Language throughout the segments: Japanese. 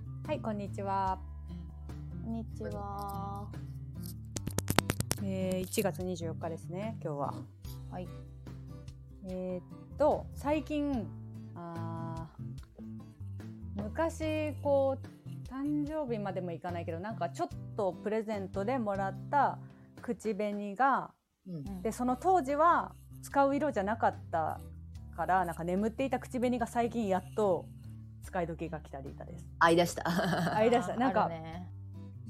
にちは。こんにちは。えー、1月24日ですね、今日は。はい。えーっと、最近、あー昔、こう、誕生日までもいかないけど、なんかちょっとプレゼントでもらった口紅が、うんで、その当時は使う色じゃなかったから、なんか眠っていた口紅が最近やっと使い時が来たリータです。合い出した。 あいだした。あなんか、あるね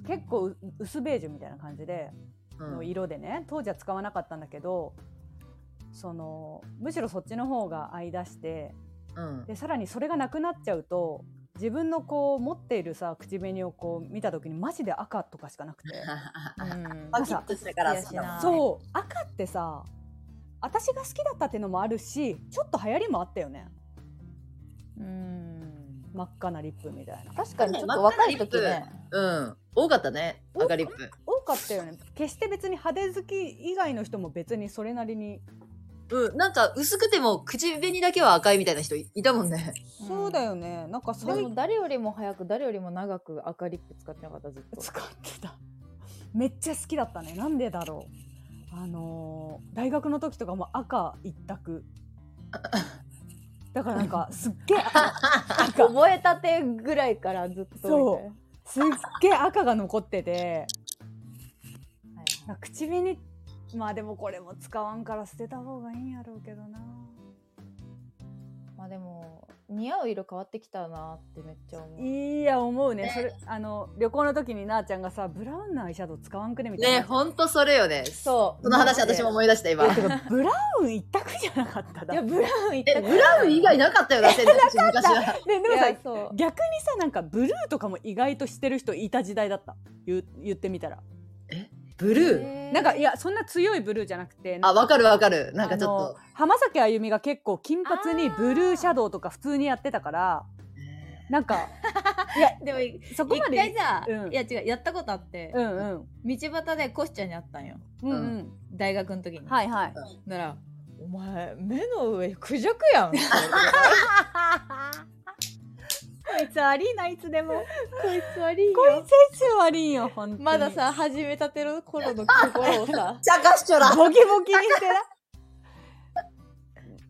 結構う薄ベージュみたいな感じで、の色でね当時は使わなかったんだけどそのむしろそっちの方が合い出してうん でさらにそれがなくなっちゃうと自分のこう持っているさ口紅をこう見た時にマジで赤とかしかなくてうんパキッとしたから朝さそう赤ってさ私が好きだったっていうのもあるしちょっと流行りもあったよねうん。真っ赤なリップみたいな確かにちょっと若い時ね。うん。多かったね。多か赤リップ。多かったよね決して別に派手好き以外の人も別にそれなりにうん。なんか薄くても口紅だけは赤いみたいな人いたもん ね。うんそうだよねなんかでそういうも誰よりも早く誰よりも長く赤リップ使ってなかったずっと。使ってためっちゃ好きだったねなんでだろうあのー大学の時とかも赤一択だからなんかすっげえ赤赤覚えたてぐらいからずっとそうみすっげえ赤が残っててたいな。なんか口紅まあでもこれも使わんから捨てた方がいいんやろうけどなまあでも似合う色変わってきたなってめっちゃ思う。いや思うねそれあの旅行の時になあちゃんがさブラウンのアイシャドウ使わんくねみたいなね、ほんとそれよね。そう。その話私も思い出した今。てかブラウン一択じゃなかっただいやブラウン行っえ、た。ブラウン以外なかったよな、選択肢昔は。ねでもいさやそう。逆にさなんかブルーとかも意外としてる人いた時代だった言う言ってみたらブルー。へーなんかいやそんな強いブルーじゃなくてなあ、んかわかるわかる。なんかちょっとあの。浜崎あゆみが結構金髪にブルーシャドウとか普通にやってたからなんかいやでもそこ一ま回でさ、うんいや違うやったことあって、うんうん道端でコシちゃんに会ったんようんううん大学の時に、はいはいなら「お前目の上クジャクやん」 こいこいつありないつでもつ悪いこいよつありんよ本当にまださ始めたての頃 の心をさちゃかしちょら。ボキボキにしてな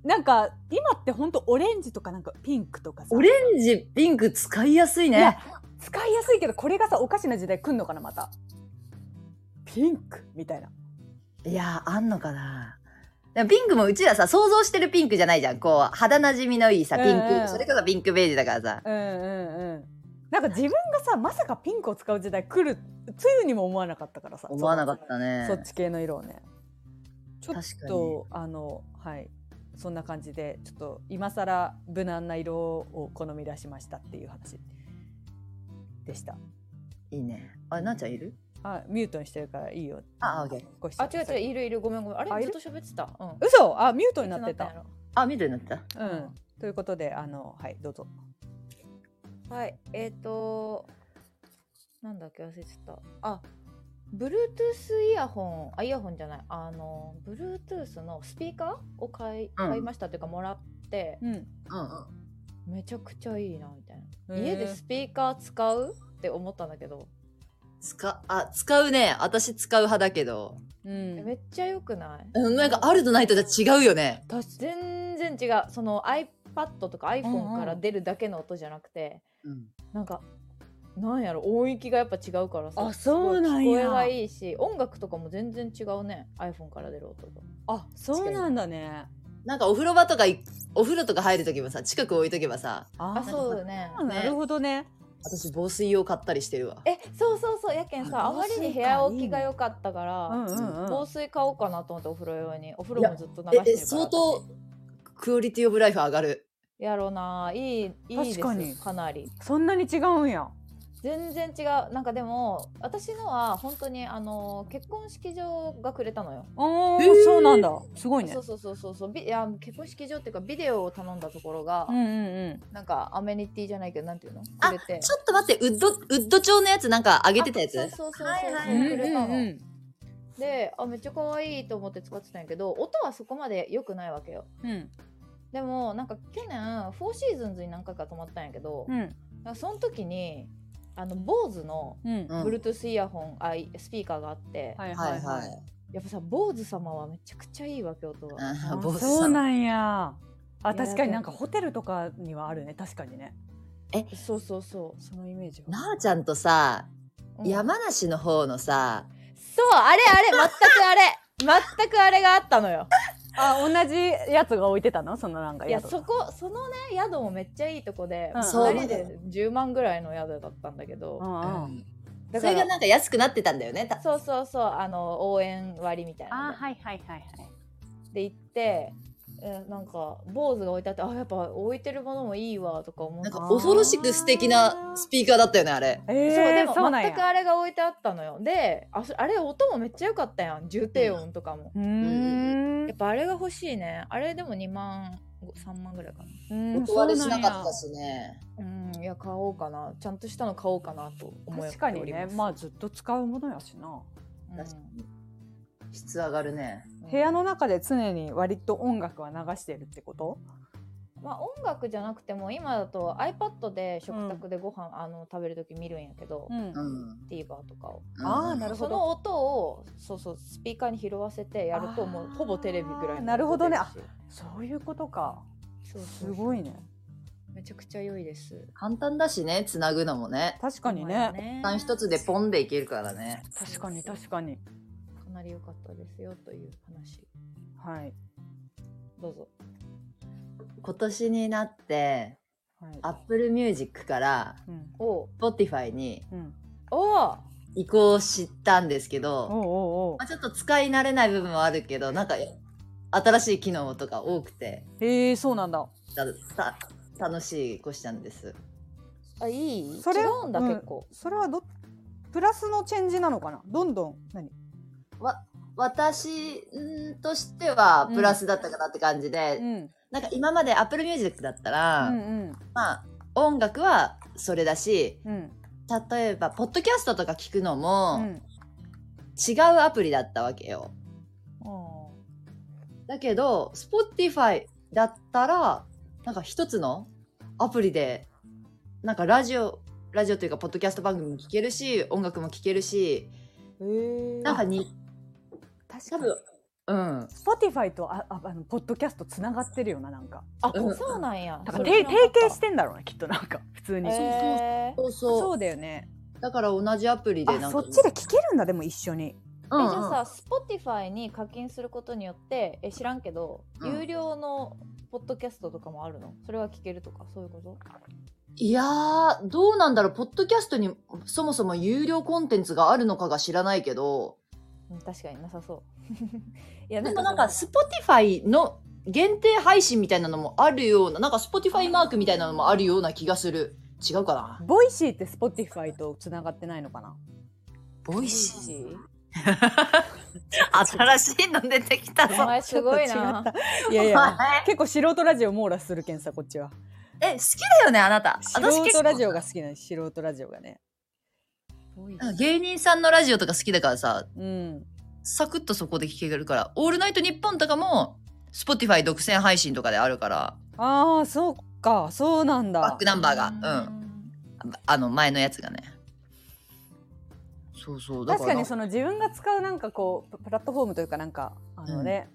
なんか今って本当オレンジとかなんかピンクとかさオレンジ、ピンク使いやすいいやね。使いやすいけどこれがさおかしな時代来んのかなまたピンクみたいないや、あんのかな。でもピンクもうちらさ、想像してるピンクじゃないじゃん。こう、肌なじみのいいさ、ピンうんうんク。それこそピンクベージュだからさ。うんうんうんなんか自分がさまさかピンクを使う時代来るつゆにも思わなかったからさ思わなかったねそ。のそっち系の色をねちょっ確かに。とあのはいそんな感じでちょっと今更無難な色を好み出しましたっていう話でしたいいね。あれ、なんちゃんいるあミュートにしてるからいいよああオッケーご視聴あ違う違ういるいるごめんごめんあれあいるずっと喋ってたうん嘘あミュートになってたいつんやあ、緑になってた。うろんということであのはいどうぞはいえっ、ー、となんだっけ忘れちゃったあ Bluetooth イヤホンあイヤホンじゃないあの Bluetooth のスピーカーを買い,、うん買いましたっていうかもらってうんうんうん。めちゃくちゃいいなみたいなへー家でスピーカー使うって思ったんだけど、使、あ、使うね。私使う派だけど。うんめっちゃ良くないうん、なんかあるとないとじゃ違うよね。私全然違うその iPad とかうんうん iPhone から出るだけの音じゃなくて、うん。なんかなんやろ音域がやっぱ違うからさあそうなんやすごい聞こえがいいし音楽とかも全然違うね iPhone から出る音があそうなんだねなんかお風呂場とかい、お風呂とか入るときもさ、近く置いとけばさ、ああそうねあなるほどね私防水用買ったりしてるわ。えそうそうそうやけんさああまりに部屋置きが良かったからうんうんうん防水買おうかなと思ってお風呂用にお風呂もずっと流してるからえ、え、相当、クオリティオブライフ上がる。やろうないいいいです確かにかなりそんなに違うんや全然違うなんかでも私のは本当にあの結婚式場がくれたのよ、おーへーそうなんだすごいねそうそうそうそうそうビいや結婚式場っていうかビデオを頼んだところが、うんうんうんなんかアメニティじゃないけどなんていうのあくれてちょっと待って、ウッド、ウッド調のやつなんか上げてたやつあそうそうそうそう、はいはういんはいくれたの、うんうんであめっちゃ可愛いと思って使ってたんやけど音はそこまで良くないわけようんでもなんか去年フォーシーズンズに何回か泊まったんやけど、うんなんかその時にあの BOSE のうん。うん Bluetooth イヤホン、あいスピーカーがあって、はいははいいははいい。。やっぱさ BOSE 様はめちゃくちゃいいわけ音が、ああ坊主さんそうなんや。あいや確かになんかホテルとかにはあるね確かにねそうそうそそのイメージは。なあちゃんとさ、う、うん山梨の方のさ、そうあれあれ全くあれ全くあれがあったのよあ同じやつが置いてたのそのなんかいや宿そこそのね宿もめっちゃいいとこで、うんそう人で10万ぐらいの宿だったんだけど、うんうん。だそかれらがなんか安くなってたんだよね。たそうそうそうあの応援割みたいなあのーはいはいはいはい。で行って、えーなんか坊主が置いてあってあやっぱ置いてるものもいいわとか思ってなんか恐ろしく素敵なスピーカーだったよね、あれ。えそうでえー、そうもなん全くや。あれが置いてあったのよであそあれ音もめっちゃ良かったやん重低音とかも、うーやっぱあれが欲しいねあれでも2万3万ぐらいかん。音割れしなかったし。しね。なうんいや買おうかなちゃんとしたの買おうかなと思っておりま確すかにね、まあずっと使うものやしな。うん確か質上がるね。部屋の中で常に割と音楽は流してるってこと？まあ、音楽じゃなくても今だと iPad で食卓でご飯、あの食べる時見るんやけど、んうん。 TVer とかをうんあーなるほどその音をそうそうスピーカーに拾わせてやるあーともうほぼテレビぐらいのなるほどね音出るそういうことか。しそうすそうごいね。めちゃくちゃ良いです簡単だしね、つなぐのもね。確かに今やね。ね簡単一つでポンでいけるからね。確かに確かに。かなり良かったですよという話はい。どうぞ今年になって、はい。 Apple Music からうんおう Spotify にうん。おう移行したんですけおど、うおうおうまあ、ちょっと使い慣れない部分はあるけど、なんか新しい機能とか多くて、えー、そうなんだ。たた楽しい越したんです。あいいそれ違うんだ、うん結構それはどプラスのチェンジなのかな。どんどん何？私んとしてはプラスだったかなって感じで、うんなんか今まで Apple Music だったうら、んまあ音楽はそれだし、うんうん例えばポッドキャストとか聞くのうもん。違うアプリだったわけよ。おうだけど Spotify だったらなんか一つのアプリでなんかラジオラジオというかポッドキャスト番組も聞けるし音楽も聞けるしえー、なんかに確多分うん。 Spotify とあああのポッドキャストつながってるよななんかあ、うんそうなんやだかそられ提知らな提かった携してんだろうねきっとなんか普通に、そうそうえーそうそうそうだよねだから同じアプリでなあんそかっちで聞けるんだでも一緒にうんうんえじゃあさ Spotify に課金することによってえ知らんけど、うん有料のポッドキャストとかもあるのそれは聞けるとかそういうこといやーどうなんだろうポッドキャストにそもそも有料コンテンツがあるのかが知らないけどうん確かになさそういやでもなんそかの Spotify の限定配信みたいなのもあるようななんか Spotify マークみたいなのもあるような気がする違うかなボイシーって Spotify とつながってないのかな ボイボイシシーー新しいの出てきたお前すごいなちょっと違ったいやいや結構素人ラジオ網羅するけんさこっちはえ好きだよねあなた素人ラジオが好きなの素人ラジオがねボイシなんーか芸人さんのラジオとか好きだからさうんサクッとそこで聞けるから「オールナイトニッポン」とかも Spotify 独占配信とかであるからああそうかそうなんバッだクナンバーがうんあの前のやつがねそうそうだ確かからにその自分が使うなんかこうププラットフォームというかなんかあのね、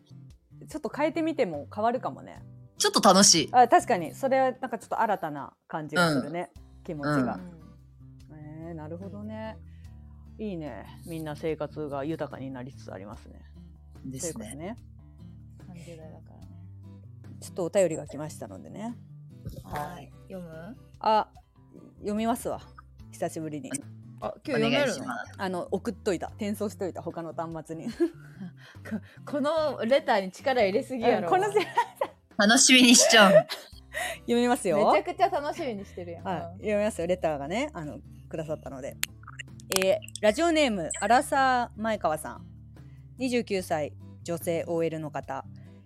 ちょっと変えてみても変わるかもねちょっと楽しいあ確かにそれはなんかちょっと新たな感じがするね、気持ちが、えーなるほどねいいねみんな生活が豊かになりつつありますねでというすことねでねうん、30代だからねちょっとお便りが来ましたのでねはい読むあ読みますわ久しぶりにあ今お日読め願いるしのますあの送っといた転送しといた他の端末にこのレターに力入れすぎや ろ、このせめち楽しみにしちゃう読みますよゃくちゃ楽しみにしてるやん、はい、読みますよレターがねあのくださったので、えーラジオネームアラサー前川さん29歳女性 OL の方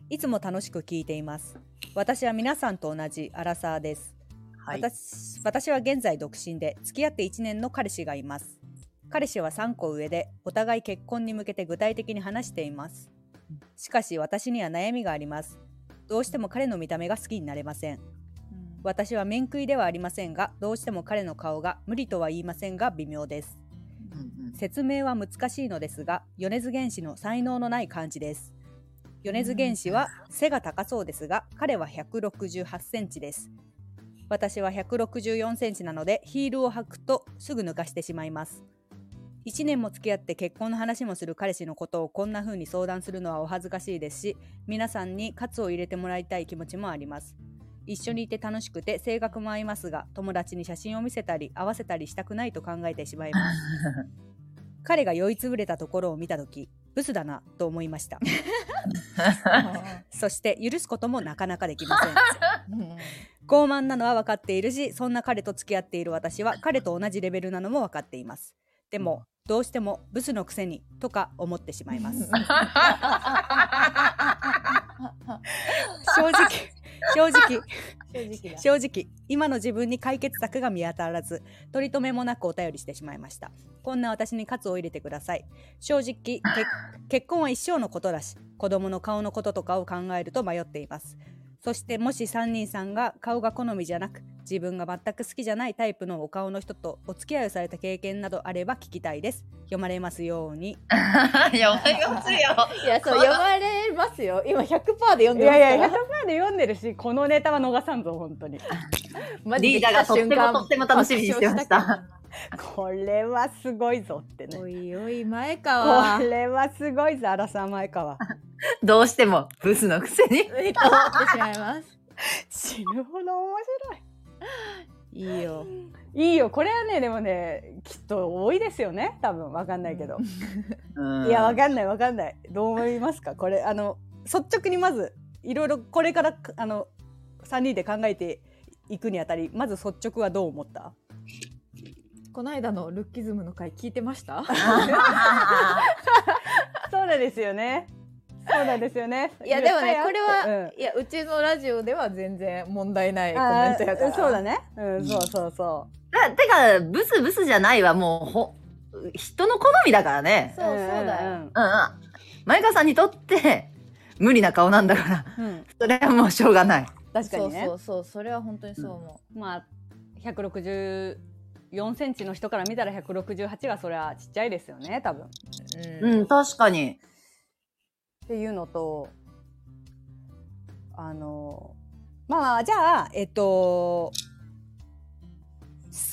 いつも楽しく聞いています私は皆さんと同じアラサーですはい私私は現在独身で付き合って1年の彼氏がいます彼氏は3個上でお互い結婚に向けて具体的に話していますしかし私には悩みがありますどうしても彼の見た目が好きになれませんうん私は面食いではありませんがどうしても彼の顔が無理とは言いませんが微妙です説明は難しいのですが米津玄師の才能のない感じです米津玄師は背が高そうですが彼は168センチです私は164センチなのでヒールを履くとすぐ抜かしてしまいます1年も付き合って結婚の話もする彼氏のことをこんな風に相談するのはお恥ずかしいですし皆さんに喝を入れてもらいたい気持ちもあります一緒にいて楽しくて性格も合いますが友達に写真を見せたり合わせたりしたくないと考えてしまいます彼が酔いつぶれたところを見た時ブスだなと思いましたそして許すこともなかなかできません傲慢なのは分かっているしそんな彼と付き合っている私は彼と同じレベルなのも分かっていますでもどうしてもブスのくせにとか思ってしまいます 正直正直正直だ。正直今の自分に解決策が見当たらず取り留めもなくお便りしてしまいましたこんな私に喝を入れてください正直 け結婚は一生のことだし子供の顔のこととかを考えると迷っていますそしてもし3人さんが顔が好みじゃなく自分が全く好きじゃないタイプのお顔の人とお付き合いをされた経験などあれば聞きたいです読まれますように やばいますよ。いや、そう、読まれますよ。今100%で読んいでますから。 100%で読んでるしこのネタは逃さんぞ本当にマジでリーダーがとってもとっても楽しみにしてました。。これはすごいぞっておいおい、前川こ。れはすごいぞ、アラサー前川。どうしてもブスのくせに。えっと、ってしまいます。 死ぬほど面いいよ。白 い。いいよ、これはね、でもね、きっと多いですよね、多分わかんないけど。いや、わかんない、わかんない。どう思いますか、これ、あの、率直にまず、いろいろこれから、あの、三人で考えて。いくにあたり、まず率直はどう思った。この間のルッキズムの回聞いてましたそうなんですよね。そうなんですよね。いやでもねこれうんは、いやうちのラジオでは全然問題ないコメントやからあーそうだね。うん、そうそうそう。だてかブスブスじゃないわもうほ人の好みだからね。そうそうだよ、んうんうん。前川さんにとって無理な顔なんだからうんうん。それはもうしょうがない。確かにね。そうそうそうそれは本当にそう思まあ164センチの人から見たら168はそりゃちっちゃいですよね多分。っう、うん確かに。ていうのとあのまあじゃあえっと好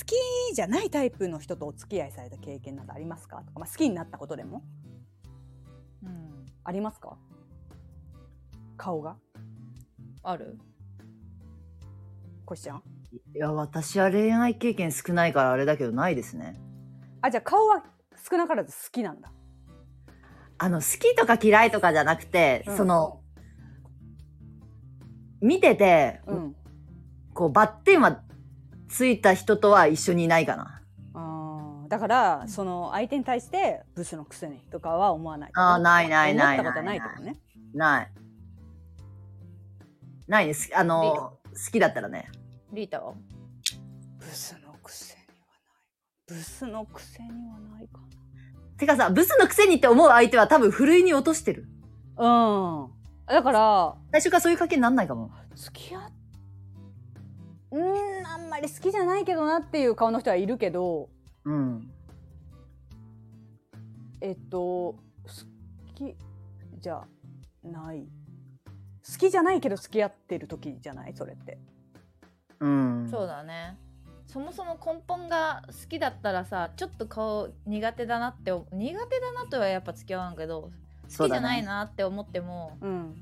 きじゃないタイプの人とお付き合いされた経験などありますかとか、まあ、好きになったことでもうん、ありますか顔があるコシちゃんいや私は恋愛経験少ないからあれだけどないですね。あじゃあ顔は少なからず好きなんだ。あの好きとか嫌いとかじゃなくて、その見てて、うん、こうバッテンはついた人とは一緒にいないかな。あーだからその相手に対してブスのくせにとかは思わないあーないないない思ったことないとかねない。ないです。あの、好きだったらね。リータはブスのくせにはないブスのくせにはないかてかさ、ブスのくせにって思う相手は多分ふるいに落としてる。なうんだから最初からそういう関係になんないかも。付き合っうーんあんまり好きじゃないけどなっていう顔の人はいるけどうん。えっと好きじゃない好きじゃないけど付き合ってる時じゃないそれってうん。そうだねそもそも根本が好きだったらさちょっと顔苦手だなってお苦手だなとはやっぱ付き合わんけど好そうきじだゃないね。なって思っても、うん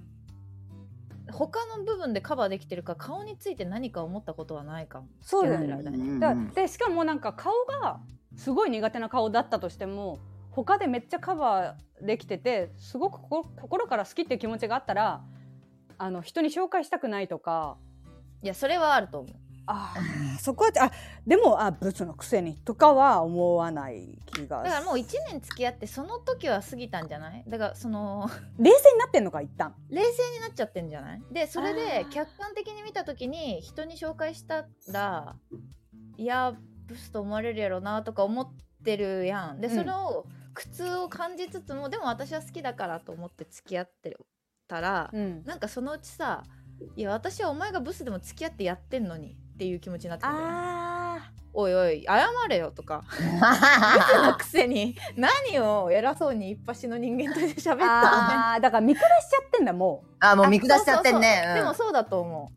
他の部分でカバーできてるから顔について何か思ったことはないかもそうだよ付きね合ってる間うんうにんだ でしかもなんか顔がすごい苦手な顔だったとしても他でめっちゃカバーできててすごく心心から好きっていう気持ちがあったらあの人に紹介したくないとかいやそれはあると思うあーそこはあでもあブスのくせにとかは思わない気がだからもう1年付き合ってその時は過ぎたんじゃないだからその冷静になってんのか一旦冷静になっちゃってんじゃないでそれであー客観的に見た時に人に紹介したらいやブスと思われるやろなとか思ってるやんでうんそれを苦痛を感じつつもでも私は好きだからと思って付き合ってたら、うんなんかそのうちさいや私はお前がブスでも付き合ってやってんのにっていう気持ちになってくるんだよねあおいおい謝れよ とか ブスのくせに何を偉そうにいっぱしの人間として喋ったのねあーだから見下しちゃってんだもあもう見下しちゃってんあねそううそうそうんでもそうだと思う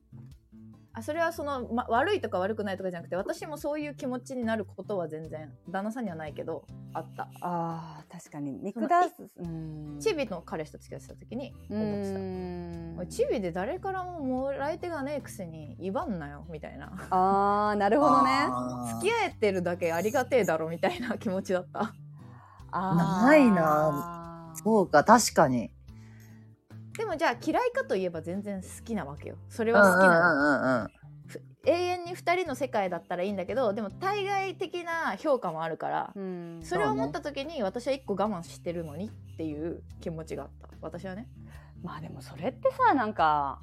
あそれはその、ま、悪いとか悪くないとかじゃなくて私もそういう気持ちになることは全然旦那さんにはないけどあったうあー確かに見の下すうんチビの彼氏と付き合ってた時にう思ってたんおいチビで誰からももらい手がねえくせに威張んなよみたいなあーなるほどねあー付き合えてるだけありがてえだろみたいな気持ちだったあーないなそうか確かにでもじゃあ嫌いかといえば全然好きなわけよそれうんうはん好きなの、うんうん永遠に2人の世界だったらいいんだけどでも対外的な評価もあるから、うんそれを思った時に私は1個我慢してるのにっていう気持ちがあった私はねまあでもそれってさなんか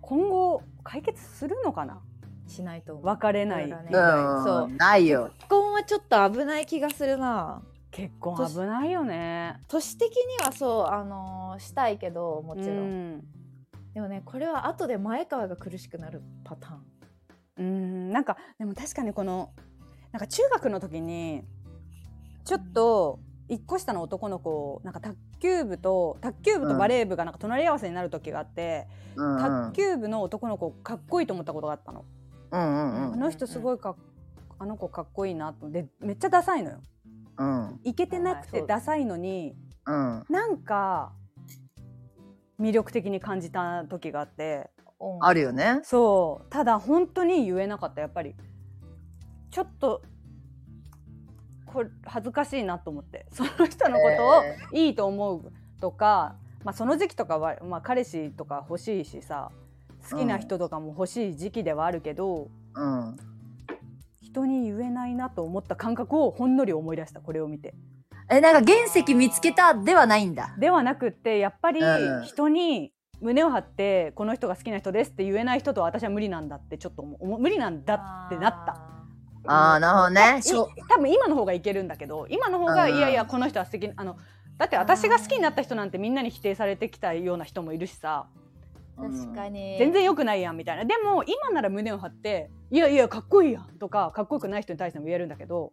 今後解決するのかなしないと思う別れないだからねうんそそううないよ結婚はちょっと危ない気がするな結婚危ないよね年的にはそうあのーしたいけどもちろん、うんでもねこれは後で前川が苦しくなるパターンうんなんかでも確かにこのなんか中学の時にちょっと一個下の男の子なんか卓球部と卓球部とバレー部がなんか隣り合わせになる時があって、うんうん卓球部の男の子かっこいいと思ったことがあったの、うんうんあの人すごいかっあの子かっこいいなと思ってめっちゃダサいのようんいけてなくはいてそうダサいのに、うんなんか魅力的に感じた時があってうんあるよねそうただ本当に言えなかったやっぱりちょっとこれ恥ずかしいなと思って その人のえことをいいと思うとか、まあ、その時期とかは、まあ、彼氏とか欲しいしさ好きな人とかも欲しい時期ではあるけど、うん人に言えないなと思った感覚をほんのり思い出したこれを見て。えなんか原石見つけたではないんだではなくってやっぱりうん人に胸を張ってこの人が好きな人ですって言えない人とは私は無理なんだってちょっと思う思う無理なんだってなったああなるほどねいしょ多分今の方がいけるんだけど今の方がうんいやいやこの人は素敵なあのだって私が好きになった人なんてみんなに否定されてきたような人もいるしさ確かに全然良くないやんみたいなでも今なら胸を張っていやいやかっこいいやんとかかっこよくない人に対しても言えるんだけど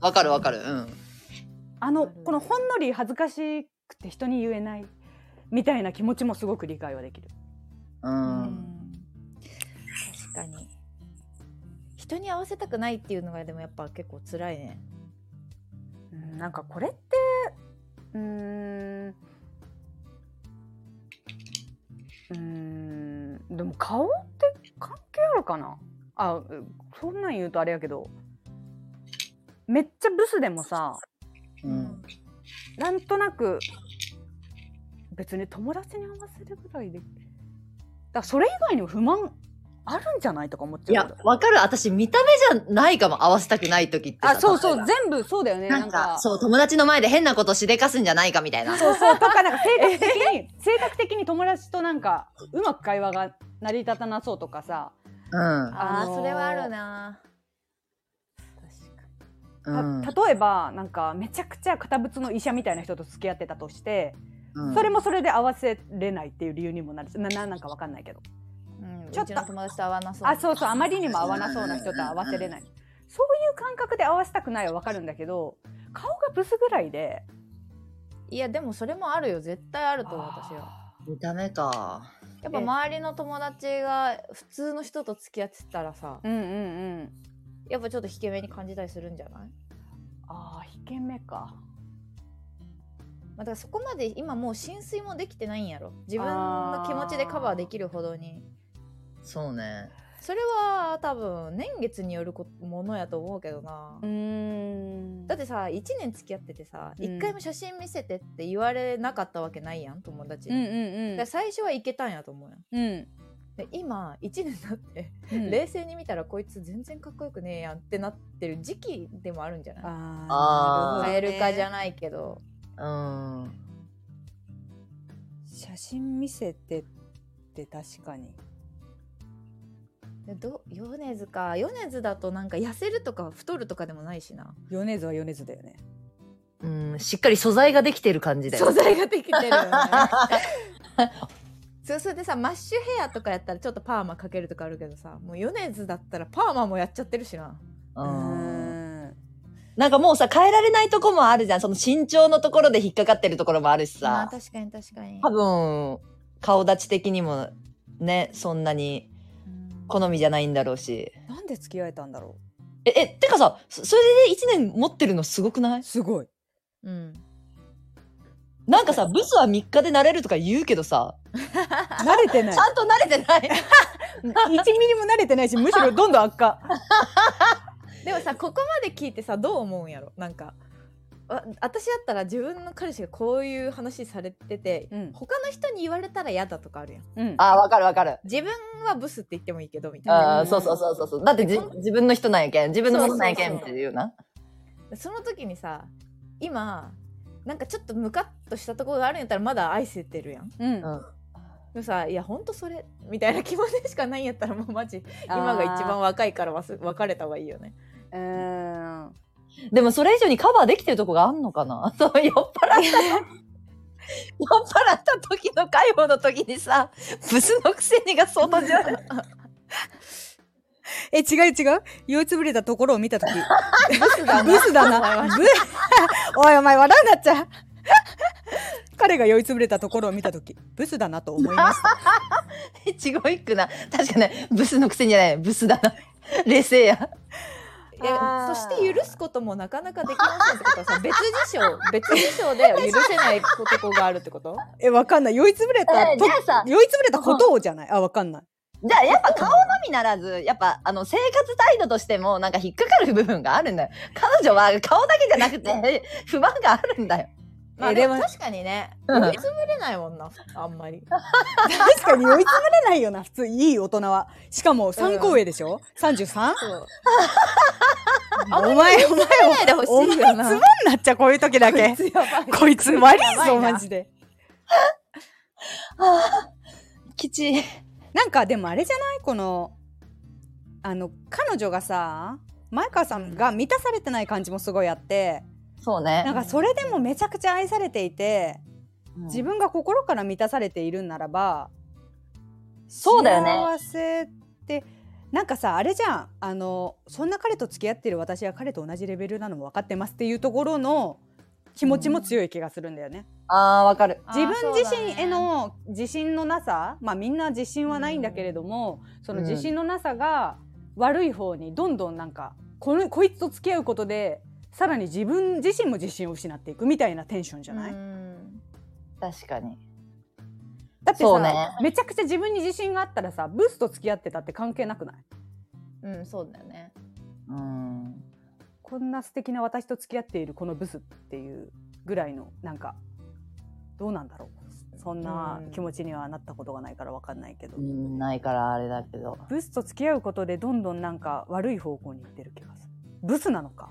わかるわかるうんあわのかるこのほんのり恥ずかしくて人に言えないみたいな気持ちもすごく理解はできる。ううんん確かに人に合わせたくないっていうのがでもやっぱ結構辛いねうんなんかこれってうーんうーんでも顔って関係あるかなあうそんなん言うとあれやけどめっちゃブスでもさうんなんとなく別に友達に合わせるぐらいでだからそれ以外にも不満あるんじゃないとか思っちいゃうやけどわかる私見た目じゃないかも合わせたくない時ってさあそうそう例えば全部そうだよねなんかそう友達の前で変なことしでかすんじゃないかみたいなそうそうとかなんか性格的に性格的に友達となんかうまく会話が成り立たなそうとかさうんあー、あのーそれはあるな確かたうん例えばなんかめちゃくちゃ堅物の医者みたいな人と付き合ってたとして、うんそれもそれで合わせれないっていう理由にもなるしなななんかわかんないけどに、うん、ちょっとうちの友達と合わなそうあそうそうあまりにも合わなそうな人と合わせれないそういう感覚で合わせたくないはわかるんだけど顔がブスぐらいでいやでもそれもあるよ絶対あると思う私はあ見た目かやっぱ周りの友達が普通の人と付き合ってたらさーうんうんうんやっぱちょっと引け目に感じたりするんじゃない、あー引け目かまあ、だからそこまで今もう浸水もできてないんやろ自分の気持ちでカバーできるほどにそうねそれは多分年月によるこものやと思うけどな、うーんだってさ1年付き合っててさうん1回も写真見せてって言われなかったわけないやん友達うに、んだうんから最初はいけたんやと思うようんうんで今1年経って、うん冷静に見たらこいつ全然かっこよくねえやんってなってる時期でもあるんじゃないあーあーカなエるほどねル化じゃないけど、うん写真見せてって確かにでど米津か米津だとなんか痩せるとか太るとかでもないしな米津は米津だよねうんしっかり素材ができてる感じだよ。素材ができてるよねそうそれでさマッシュヘアとかやったらちょっとパーマかけるとかあるけどさもう米津だったらパーマもやっちゃってるしなうんんなんかもうさ、変えられないとこもあるじゃん。その身長のところで引っかかってるところもあるしまあさ。確かに確かに多分、顔立ち的にもね、そんなにうん好みじゃないんだろうし。なんで付き合えたんだろえ、え、てかさ、そそれで1年持ってるのすごくないうすごいうんなんかさ、ブスは3日で慣れるとか言うけどさ、 慣れてなちいゃんと慣れてない。1 ミリも慣れてないしむしろどんどん悪化でもさここまで聞いてさどう思うんやろなんかわ私やったら自分の彼氏がこういう話されてて、うん他の人に言われたら嫌だとかあるやん うんあー、わかるわかる。自分はブスって言ってもいいけどみたいなあーそうそうそうそうそう。だってじ自分の人なんやけん、自分のものなんやけそんうみそうたそういな言うな。その時にさ今なんかちょっとムカッとしたところがあるんやったらまだ愛せてるやんうんうんでもさいやほんとそれみたいな気持ちしかないんやったらもうマジ今が一番あ若いからわす別れた方がいいよねーうでもそれ以上にカバーできてるとこがあんのかな そう酔っ払った、酔っ払った時の介護の時にさ、ブスのくせにが相当じゃないえ違う違う酔いつぶれたところを見た時ブスだ ブス だなブおいお前笑うなっちゃう 彼が酔いつぶれたところを見た時ブスだなと思いました 違ういくな。確かね、ブスのくせにじゃない。ブスだな。冷静や。いやあーそして許すこともなかなかできませんってことはさ別事 象別事象で許せない男があるってことえわかんない酔いつぶれたえじとゃあさ、酔いつぶれたことをじゃないあわかんないじゃあやっぱ顔のみならず、やっぱあの生活態度としてもなんか引っかかる部分があるんだよ。彼女は顔だけじゃなく て不満があるんだよ。まあえででもも確かにねうん追いつぶれないもんなあんまり確かに酔いつぶれないよな普通いい大人はしかも三公演でしょ 33? そうお前お前お前ないでほしいお前つまよんななっちゃうこういう時だけこいつ やばいこいつ悪やいばいぞなマジでああ、きちい。なんかでもあれじゃないこのあの彼女がさ前川さんが満たされてない感じもすごいあって、そうね。なんかそれでもめちゃくちゃ愛されていて、うん自分が心から満たされているんならばそうだよ幸ね。せってなんかさあれじゃんあのそんな彼と付き合ってる私は彼と同じレベルなのも分かってますっていうところの気持ちも強い気がするんだよね。ああ、わかる。あー自分自そうだ身ねへの自信のなさ、まあみんな自信はないんだけれども、その自信のなさが悪い方にどんどんなんかこのこいつと付き合うことでさらに自分自身も自信を失っていくみたいなテンションじゃない、うん確かに。だってそさ、うねめちゃくちゃ自分に自信があったらさブスと付き合ってたって関係なくないうんそうだよねうん。こんな素敵な私と付き合っているこのブスっていうぐらいのなんかどうなんだろうそんな気持ちにはなったことがないからわかんないけど、うんないからあれだけど。ブスと付き合うことでどんどんなんか悪い方向に行ってる気がするブスなのか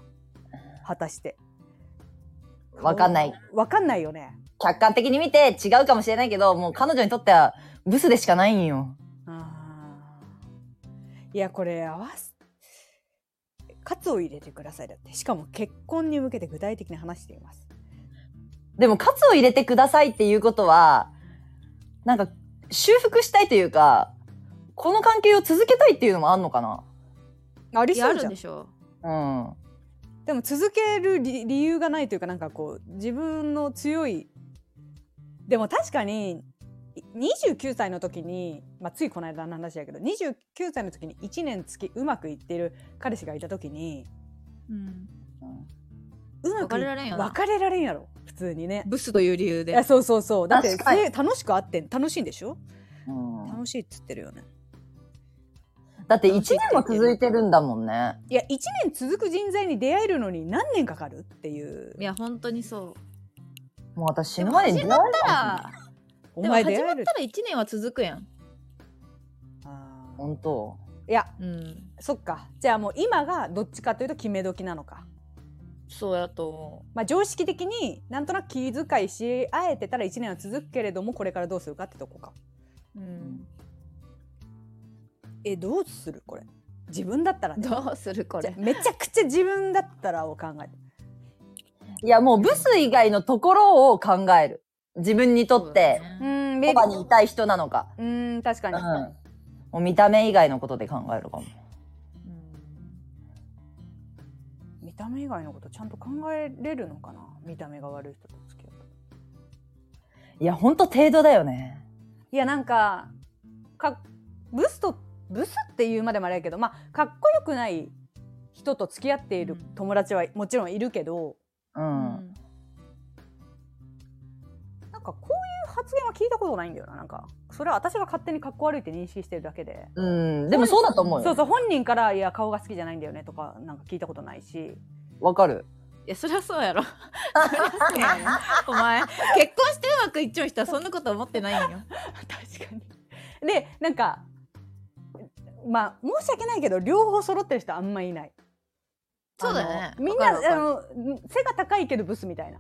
果たしてわかんない。わかんないよね客観的に見て違うかもしれないけど、もう彼女にとってはブスでしかないんよ。あーいやこれ合わすカツを入れてくださいだってしかも結婚に向けて具体的に話していますでも、カツを入れてくださいっていうことは、なんか、修復したいというか、この関係を続けたいっていうのもあんのかなありいやあそうじるゃんんででしょうん。も続ける理理由がないというかなんかこう自分の強いでも確かにい29歳の時に、まあ、ついこの間の話だけど29歳の時に1年付きうまくいってる彼氏がいた時にうんうまくい別れられんよな別れられんやろ普通にねブスという理由いでやそうそうそうだって確かにせ楽しく会ってん楽しいんでしょうん、楽しいっつってるよねだって1年も続いてるんだもんね。いや1年続く人材に出会えるのに何年かかるっていういや本当にそうもう私死ぬまでに出会えないただおでも前始出ま会っえるたら1年は続くやんあー本当。いやうんそっかじゃあもう今がどっちかというと決め時なのかそうやと思うまあ常識的になんとなく気遣いし合えてたら1年は続くけれどもこれからどうするかってとこかうんえどうするこれ自分だったらね どうするこじゃれあめちゃくちゃ自分だったらを考えるいや、もうブス以外のところを考える。自分にとって。うんメそビばにいたい人なのか。うーん確かうん。に、もう見た目以外のことで考えるかも。見た目以外のことちゃんと考えれるのかな見た目が悪い人と付き合うといや、ほんと程度だよね。いやなんかかブスとブスっていうまでもあれやけどまあかっこよくない人と付き合っている友達はもちろんいるけど、うん。なんかこういう発言は聞いたことないんだよななんかそれは私が勝手にかっこ悪いって認識してるだけでうん。でもそうだと思うそうよ。そう本人からいや顔が好きじゃないんだよねとかなんか聞いたことない しわかる。いやそりゃそうやろ そりゃそうやろお前結婚してうまくいっちゃう人はそんなこと思ってないんよ確かに。でなんかまあ申し訳ないけど両方揃ってる人あんまいない。そうだよねあのみんわかるわかなあるの背が高いけどブスみたいな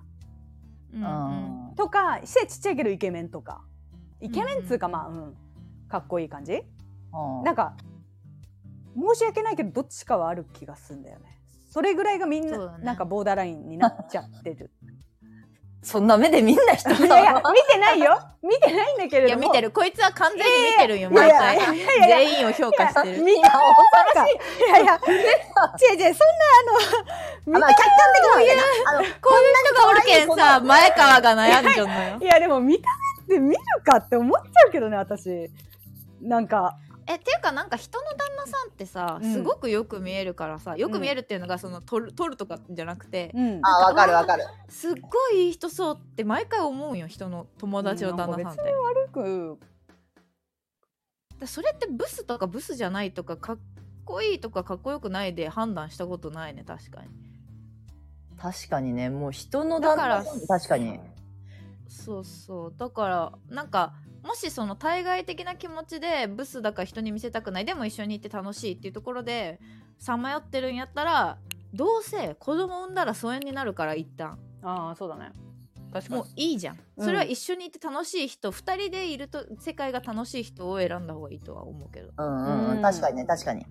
うんううんん。とか背ちっちゃいけどイケメンとかイケメンっつうかうんうんまあうんかっこいい感じうんなんか申し訳ないけどどっちかはある気がするんだよね。それぐらいがみんそうだな、ねなんかボーダーラインになっちゃって る。そんな目でみんな人いやいや見てないよ見てないんだけいれどやも。見てるこいつは完全に見てるんよいや毎いやいや回いやいや全員を評価してる見た恐ろしい。いやいや、違う違う、そんなあの、見またあ客観的なこんなのがおるけんさ前川が悩んじゃうのよ目いやでも見た目って見るかって思っちゃうけどね、私。なんか、えっていうかなんか人の旦那さんってさうんすごくよく見えるからさ、よく見えるっていうのがその取る取るとかじゃなくて、うん。あ、わかるわかる。すっごいいい人そうって毎回思うんよ人の友達の旦那さんって、だか悪く、らそれってブスとかブスじゃないとかかっこいいとかかっこよくないで判断したことないね確かに確かにね、もう人のだだかからら確かに。そうそうだからなんかもしその対外的な気持ちでブスだから人に見せたくないでも一緒に行って楽しいっていうところでさまよってるんやったらどうせ子供産んだら疎遠になるから一旦ああ、そうだね。確かもにう。いいじゃんうんそれは一緒にいて楽しい人、二人でいると世界が楽しい人を選んだ方がいいとは思うけどうんうんううんん。確かにね、確かに。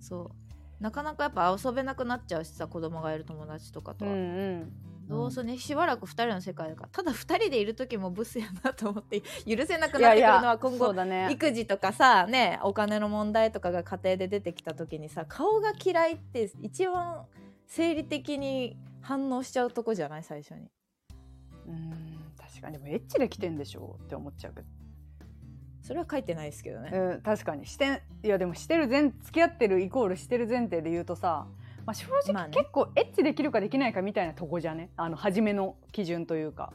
そうなかなかやっぱ遊べなくなっちゃうしさ子供がいる友達とかとうんは、うん。どうせねしばらく二人の世界だからただ二人でいる時もブスやなと思って 許せなくいなってやくるいのやは、今そう後だね。育児とかさねお金の問題とかが家庭で出てきた時にさ顔が嫌いって一番生理的に反応しちゃうとこじゃない最初にうん、確かに。でもエッチで来てんでしょって思っちゃうけど。それは書いてないですけどね、うん、確かに。してん、いやでもしてる前、付き合ってるイコールしてる前提で言うとさ、まあ正直、まあね結構エッチできるかできないかみたいなとこじゃねあの初めの基準というか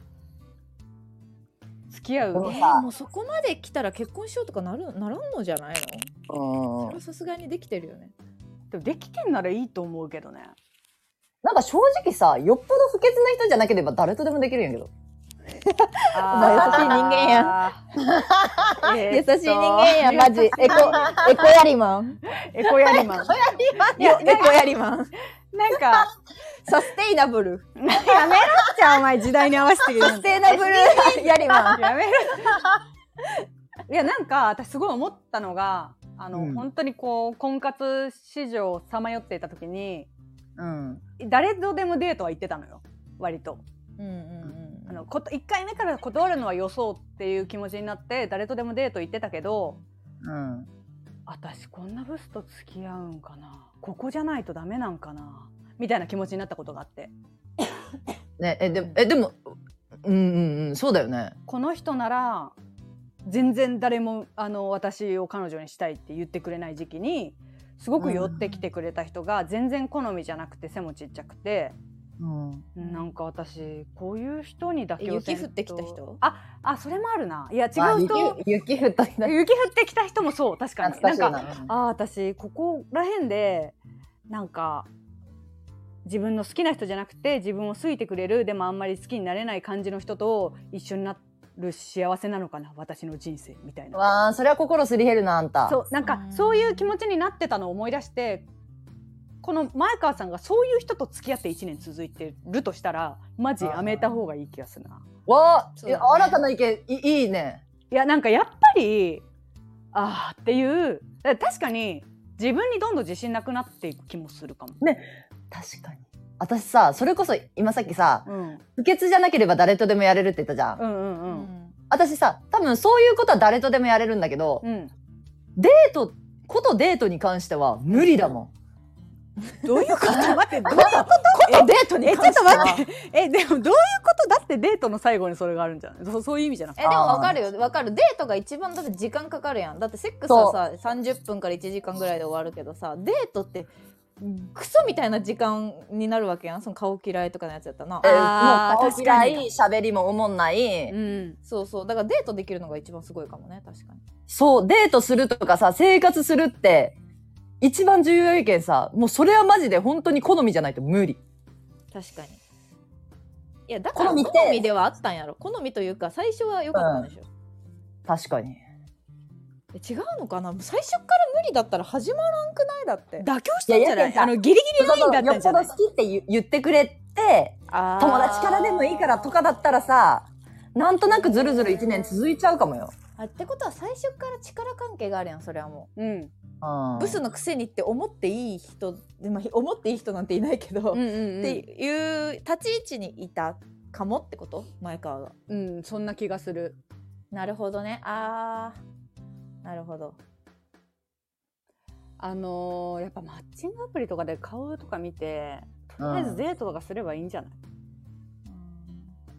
付き合うでえもーさもうそこまで来たら結婚しようとかなるならんのじゃないのうんそれはさすがにできてるよねでもできてんならいいと思うけ どね。なんか正直さ、よっぽど不潔な人じゃなければ誰とでもできるんやけど。優しい人間や。優しい人間やマジエ コエコヤリマンエコヤリマン。いやエコヤリマンなん か、サステイナブルやめろっちゃお前時代に合わせてくれるサステイナブ ルヤリマン やめろ。いや、なんか、私すごい思ったのが、あの、うん本当にこう、婚活市場をさまよっていた時に、うん。誰とでもデートは行ってたのよ。割と。うんうんうんあのこと1回目から断るのはよそうっていう気持ちになって誰とでもデート行ってたけどうん。私こんなブスと付き合うんかなここじゃないとダメなんかなみたいな気持ちになったことがあってね、え、でも、え、でも、うんうんうん、そうだよね。この人なら全然誰もあの私を彼女にしたいって言ってくれない時期にすごく寄ってきてくれた人が全然好みじゃなくて背もちっちゃくて、うん。なんか私こういう人にだけ雪降ってきた人ああそれもあるないや違あう人雪、雪降ったりな。雪降ってきた人もそう確かに懐かしいんかな。ああ私ここら辺でなんか自分の好きな人じゃなくて自分を好いてくれるでもあんまり好きになれない感じの人と一緒になる幸せなのかな私の人生みたいな。わあ、それは心すり減るな、あんた。そうなんかうんそういう気持ちになってたのを思い出してこの前川さんがそういう人と付き合って1年続いてるとしたらマジやめた方がいい気がするな。わあ、そうえだね新たな意見、いいいね。いやなんかやっぱりああっていうだから確かに自分にどんどん自信なくなっていく気もするかも。確かに。私さ、それこそ今さっきさ、うん、不潔じゃなければ誰とでもやれるって言ったじゃん。うんうんう。うんん私さ、多分そういうことは誰とでもやれるんだけど、うん。デート、ことデートに関しては無理だもん。 どういうこと待って、どういこうことデートにえ、ちょ関しってとは。待って。 え、でもどういうことだってデートの最後にそれがあるんじゃないそうそういう意味じゃなくて。えでもわかるよわかるデートが一番だって時間かかるやんだってセックスはさ30分から1時間ぐらいで終わるけどさデートってクソみたいな時間になるわけやんその顔嫌いとかのやつやったなえーあーもう顔確か嫌にい、喋りもおもんない、うん。そうそうだからデートできるのが一番すごいかもね確かにそう、デートするとかさ、生活するって、一番重要意見さ、もうそれはマジで本当に好みじゃないと無理。確かにいやだから好みって好みではあったんやろ好みというか最初は良かったんでしょ、確かに。え違うのかな最初から無理だったら始まらんくないだって妥協してんじゃないやいやいいやあの、ギリギリラインだったんじゃないよっぽど好きって言言ってくれて、あー友達からでもいいからとかだったらさ、なんとなくずるずる1年続いちゃうかもよ。あってことは最初から力関係があるやんそれはもううん。うんブスのくせにって思っていい人で、まあ、思っていい人なんていないけど、うんっうんていう立ち位置にいたかもってこと前川がうん。うん、そんな気がする。なるほどねあーなるほどあのーやっぱマッチングアプリとかで顔とか見て、とりあえずデートとかすればいいんじゃない、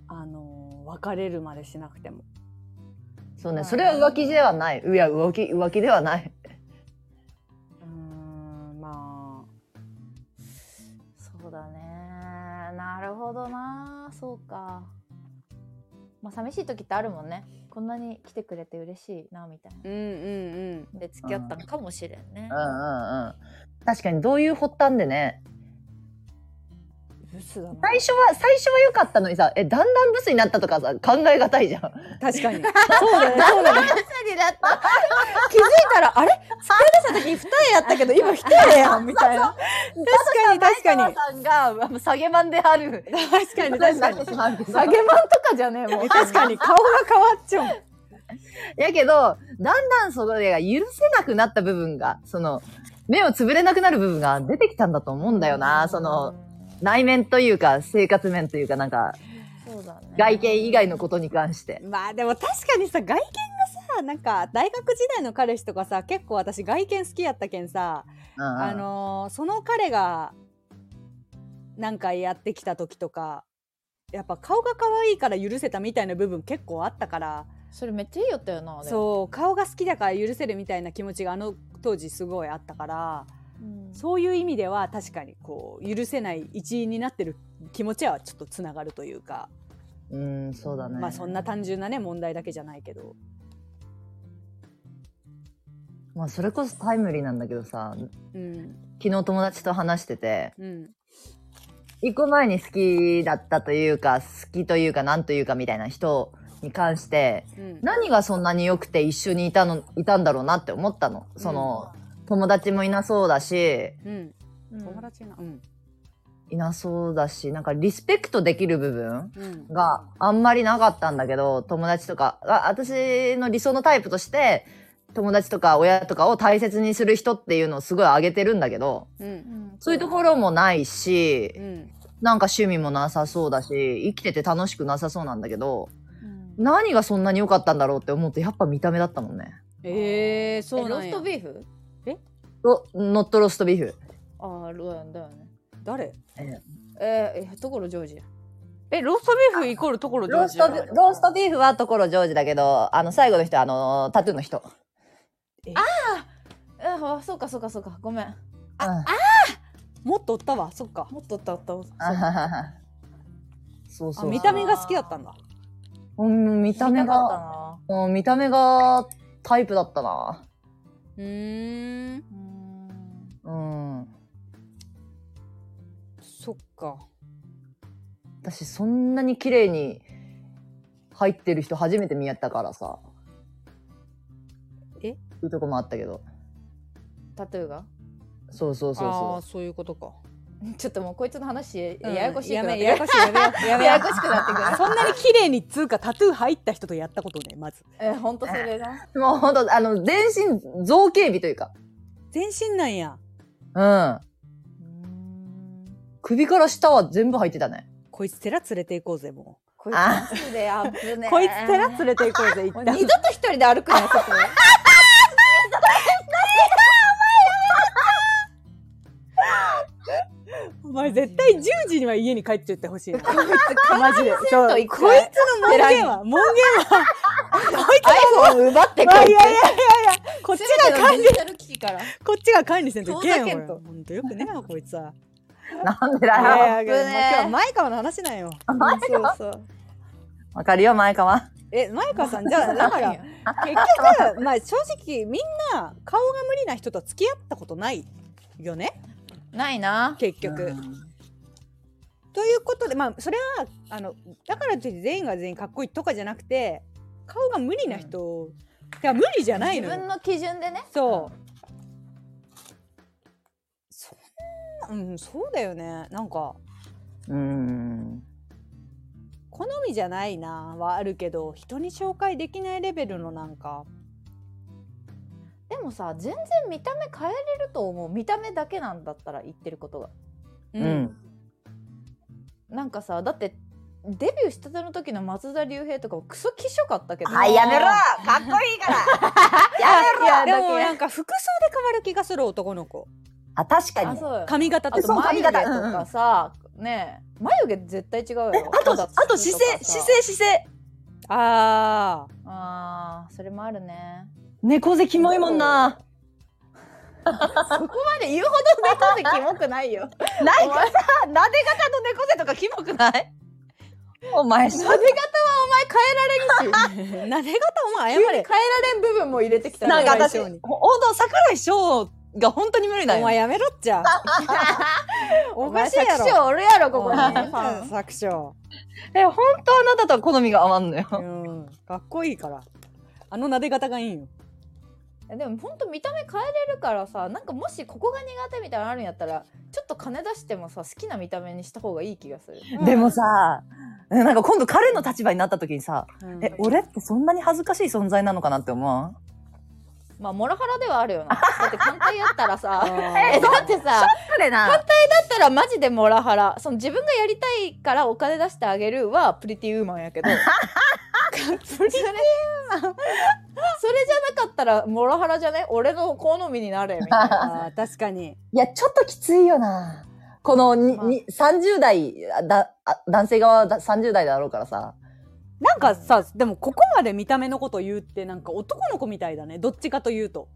あのー別れるまでしなくても。そうね、それは浮気ではない。いや、浮気、浮気ではない。うーん、まあ、そうだねなるほどなそうかまあ寂しい時ってあるもんねこんなに来てくれて嬉しいなみたいうんうんうん。なで付き合ったんかもしれんねうんうんうん。確かに、どういう発端でね。ブスだな。最初は、最初は良かったのにさ、え、だんだんブスになったとかさ、考えがたいじゃん。確かに。 そうだね、そうだね。にだった気づいたら、あれ付き合い出した時二重やったけど、今一重やんみたいな。確かに、確かに。さんが、下げまんである。確かに、確かに。 下げまんとかじゃねえもん。確かに、顔が変わっちゃうもん。やけど、だんだんそれが許せなくなった部分が、その、目をつぶれなくなる部分が出てきたんだと思うんだよな。その、内面というか、生活面というか、なんか、そうだね外見以外のことに関して。まあでも確かにさ外見がさなんか大学時代の彼氏とかさ結構私外見好きやったけんさ、うんうんあのーその彼がなんかやってきた時とかやっぱ顔が可愛いから許せたみたいな部分結構あったからそれめっちゃいいよったよなう、そう顔が好きだから許せるみたいな気持ちがあの当時すごいあったからうんそういう意味では確かにこう許せない一因になってる気持ちはちょっとつながるというか、うん、そうだね。まあそんな単純なね問題だけじゃないけど。まあそれこそタイムリーなんだけどさ、うん昨日友達と話してて、うん一個前に好きだったというか、好きというか、なんというかみたいな人に関して、うん何がそんなに良くて一緒にいたの、いたんだろうなって思ったの。その、友達もいなそうだし、うん、うん友達な、うん、いなそうだし、なんかリスペクトできる部分うん、があんまりなかったんだけど、友達とか、あ私の理想のタイプとして、友達とか親とかを大切にする人っていうのをすごい上げてるんだけど、うん、そういうところもないしう、ん、なんか趣味もなさそうだし、生きてて楽しくなさそうなんだけど、うん何がそんなに良かったんだろうって思うと、やっぱ見た目だったもんね。ええそうなえんロースやト。ビーフロノットロストビーフ。ああローヤンだよね誰？えー、えところジョージやえローストビーフイコールところジョローージストビ、ローストビーフはところジョージだけど、あの、最後の人、あの、タトゥーの人。えー、あそうかそうかそうかごめんうんもっとおったわ。そっか。もっとおったおったおったあはははそうあそう見た目が好きだったんだ。うん見た目見たかったがなうん見た目がタイプだったなうーん。うーんうんそっか。私そんなに綺麗に入ってる人初めて見やったからさそえういうとこもあったけどタトゥーがそうそうそうああー、そそういうことか。ちょっともうこいつの話ややこしいやくなっめてややこしいやめようやめよややうこしくなってくる そんなに綺麗につうかタトゥー入った人とやったことねまず。え ー、ほんとそれなうもうほんとあの全身造形美というか全身なんや。うんうーん首から下は全部入ってたねこいつ寺連れて行こうぜもう。こいあつで危ねえこいつ寺連れて行こ うぜ、一もう旦二。度と一人で歩くなよ外 をお前絶対10時には家に帰っちゃってほ しいな。こいつマジで。 そう。ことい一つ回の門限は、門限は、 iPhone を奪っていこやいやいやいいや、こっちが管全ての理、デジタル機器からこっちが管理せんといけんよ。遠ざけんとほらほんとよくねえよ、こいつは。なんでいだよ。やいや、危ねえ今日は前川の話なんよ。そうそうわかるよ、前川。え、前川さん、じ ゃあ、だから、結局、まあ正直、みんな、顔が無理な人と付き合ったことないよね、ないな結局。ということでまあそれはあのだからといって全員が全員かっこいいとかじゃなくて顔が無理な人、いや無理じゃない自のよ分の基準でねそうそんなうんそうだよねなんかうん。好みじゃないなはあるけど人に紹介できないレベルのなんかでもさ全然見た目変えれると思う見た目だけなんだったら言ってることがううん。なんかさだってデビューしたての時の松田龍平とかクソきしょかったけどはい、やめろかっこいいからやでめろもだなけんか服装で変わる気がする男の子 あ、確かあに。そうよ髪型あととかそう眉毛と髪型うんうんかさ、ねえ眉毛絶対違うよあと、肌つきあと姿か勢、さ姿勢、姿勢。あーあーそれもあるね猫背キモいもんな。そこまで言うほど猫背キモくないよな いおか前さ、なで型の猫背とかキモくないお前さ、お前変えられるしなで方お前謝急に変えられれん部分も入れてきたねなんか私、最ほ初にほんと、桜井翔が本当に無理だお前よ。やめろっち ゃおおか前しいや作ろ詞おるやろここにうんファン作詞え、本当あなたとは好みが合わんのよ。うん、かっこいいから。あの撫で方がいいんよ。えでも本当見た目変えれるからさなんかもしここが苦手みたいなのあるんやったらちょっと金出してもさ好きな見た目にした方がいい気がする、でもさ、なんか今度彼の立場になった時にさ、え、俺ってそんなに恥ずかしい存在なのかなって思わんまあモラハラではあるよなだって反対やったらさ ええだって さだっそれ な。たらマジでモラハラその自分がやりたいからお金出してあげるはプリティウーマンやけ どそれそれじゃなかったらモラハラじゃね俺の好みになれみたいなあー確かに。いや、ちょっときついよな。このに、まあに30代だあ男性側はだ30代だろうからさ。なんかさ、でもここまで見た目のこと言うってなんか男の子みたいだね。どっちかというと。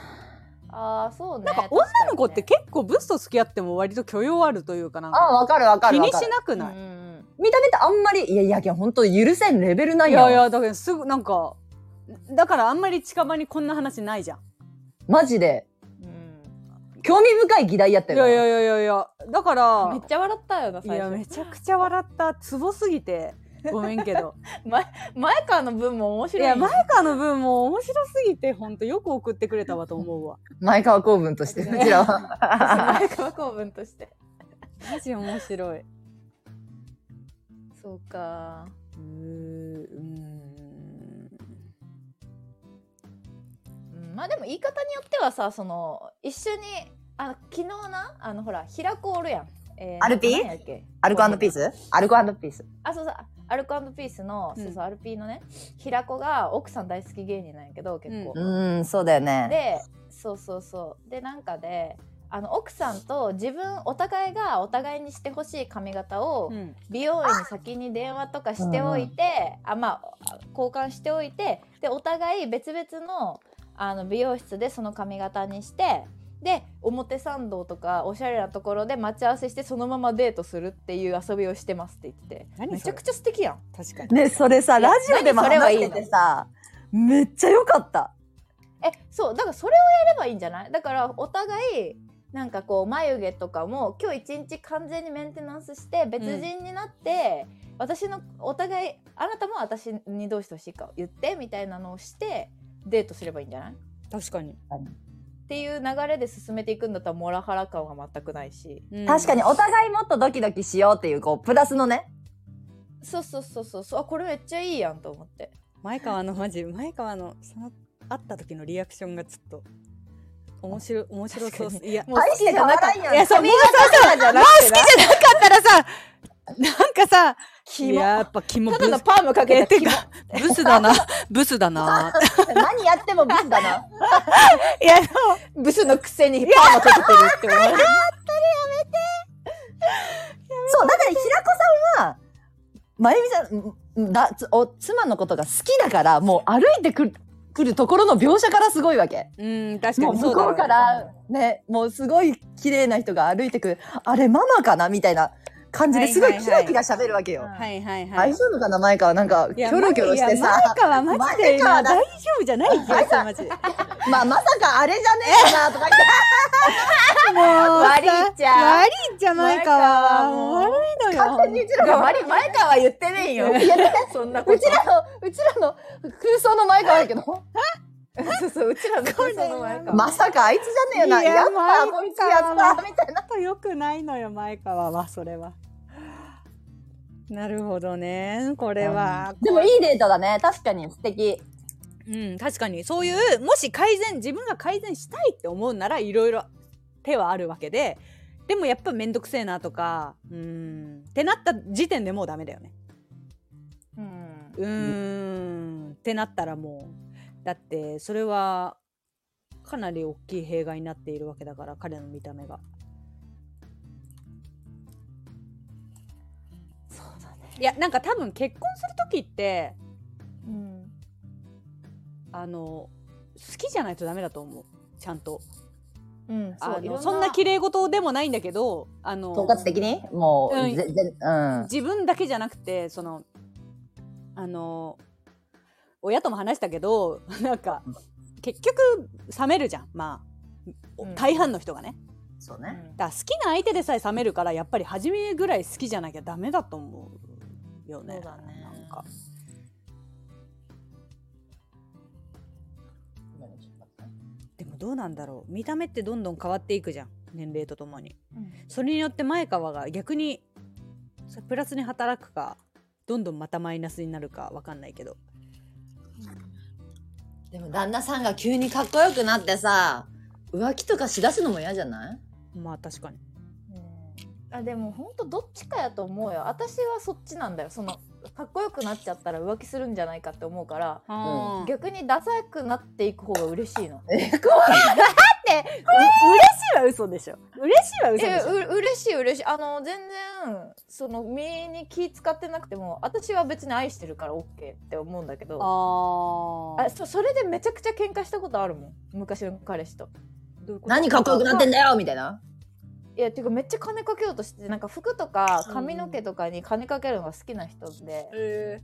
あーそうねなんか確に女の子って結構ブスと付き合っても割と許容あるというかなんあかわかるわか気るわにかしる。なくなうい、んうんうん見た目ってあんまり、いやいや、いや本当許せんレベルないいよ。やいや、だけどすぐなんか、だからあんまり近場にこんな話ないじゃん。マジで。うん興味深い議題やったいよな。やいやいやいやいや、だから、めっちゃ笑ったよない最や、初めちゃくちゃ笑った。ツボすぎて。ごめんけど。前川の分も面い白いや、ね前川の分も面白すぎて、ほんとよく送ってくれたわと思うわ。前川公文として、うちら は。前川公文としてマジ面白い。そうかうーん。うんまあでも言い方によってはさその一緒にあの昨日なあのほら平子おるやん、えアルピー何やっけアルコピースアルコピース。あそうそうアルコピースの、うんそうそうアルピーのね平子が奥さん大好き芸人なんやけど結構、ううーん、そうだよね。でそうそうそうでなんかであの奥さんと自分お互いがお互いにしてほしい髪型をうん。美容院に先に電話とかしておいて、あまあ交換しておいてでお互い別々のあの美容室でその髪型にしてで表参道とかおしゃれなところで待ち合わせしてそのままデートするっていう遊びをしてますって言ってて何めそちれゃくちゃ素敵やん確かに。ね、それさ、ラジオでも何それは話いいしのててさ、めっちゃ良かった。えそうだからそれをやればいいんじゃないだからお互いなんかこう眉毛とかも今日一日完全にメンテナンスして別人になって、私のお互いあなたも私にどうしてほしいか言ってみたいなのをしてデートすればいいんじゃないっ確かに。ていう流れで進めていくんだったらモラハラ感は全くないし確かにに。お互いもっとドキドキしようっていう、こう、プラスのね。そうそうそうそうそうあこれめっちゃいいやんと思って前川のマジ、前川の、その、会った時のリアクションがちょっと、面白い、面白そうっす。いや、もう大して変わらんいやん。いや、そう、みんなそうそうじゃなくてな。好きじゃなかったらさ、なんかさ、キモやっぱキモたブだのパームかけえててキモかブスだな、ブスだな。何やってもブスだな。いや、ブスのくせにパームかけてるって思うそう、だから平子さんは、まゆみさんんんだつお、妻のことが好きだから、もう歩いてくるくるところの描写からすごいわけ。うん、確かもうにそ向うだころううから、ね。ね、もうすごい綺麗な人が歩いてくる、あれママかなみたいな感じではいすごはいいキラキラ喋るわけよ。はいはいはい大。丈夫かな前川なんか、いキやョロキョロしてさマイ。カはマジでマイカは今大だ丈夫じゃない気がするマジで。まあ、まさかあれじゃねえかなとか言って。もう悪悪いっちゃ悪いんじゃないかはもうマイカはもう悪 完い全のよにうちらが悪い前川は言ってねえよ いやだからそんなうちらの、うちらの空想の前川だけど、 そうそううちらのこれその前川まさかあいつじゃねえよな。いややっぱこいつや前川ったみたいな。ちょっと良くないのよ前川はそれはなるほどねこれはでもいいデータだね。確かに素敵。うん確かにそういうもし改善自分が改善したいって思うならいろいろ手はあるわけででもやっぱ面倒くせえなとかうんってなった時点でもうダメだよねうんうーんってなったらもうだってそれはかなり大きい弊害になっているわけだから彼の見た目がそうだね。いやなんか多分結婚する時ってうんあの好きじゃないとダメだと思うちゃんとうんあういろのそんな綺麗事でもないんだけどあ統の括的にもう、うんぜぜうん。自分だけじゃなくてそのあの親とも話したけど なんか結局冷めるじゃんまあうん大半の人がね。そううね。んだから好きな相手でさえ冷めるからやっぱり初めぐらい好きじゃなきゃダメだと思うよそね。うだねなんかでもどうなんだろう見た目ってどんどん変わっていくじゃん年齢とともに。それによって前川が逆にそプラスに働くかどんどんまたマイナスになるかわかんないけどでも旦那さんが急にかっこよくなってさ、浮気とかしだすのも嫌じゃないまあ確かに。うんあでも本当どっちかやと思うよ私はそっちなんだよそのかっこよくなっちゃったら浮気するんじゃないかって思うからあー逆にダサくなっていく方が嬉しいのえ、怖い。う嬉しいは嘘でしょ嬉しいは嘘えでしょう嬉しい嬉しいあの全然その身に気使ってなくても私は別に愛してるから OK って思うんだけどああそそれでめちゃくちゃ喧嘩したことあるもん昔の彼氏と何かっこよくなってんだよみたいな。いやていうかめっちゃ金かけようとしてなんか服とか髪の毛とかに金かけるのが好きな人で、え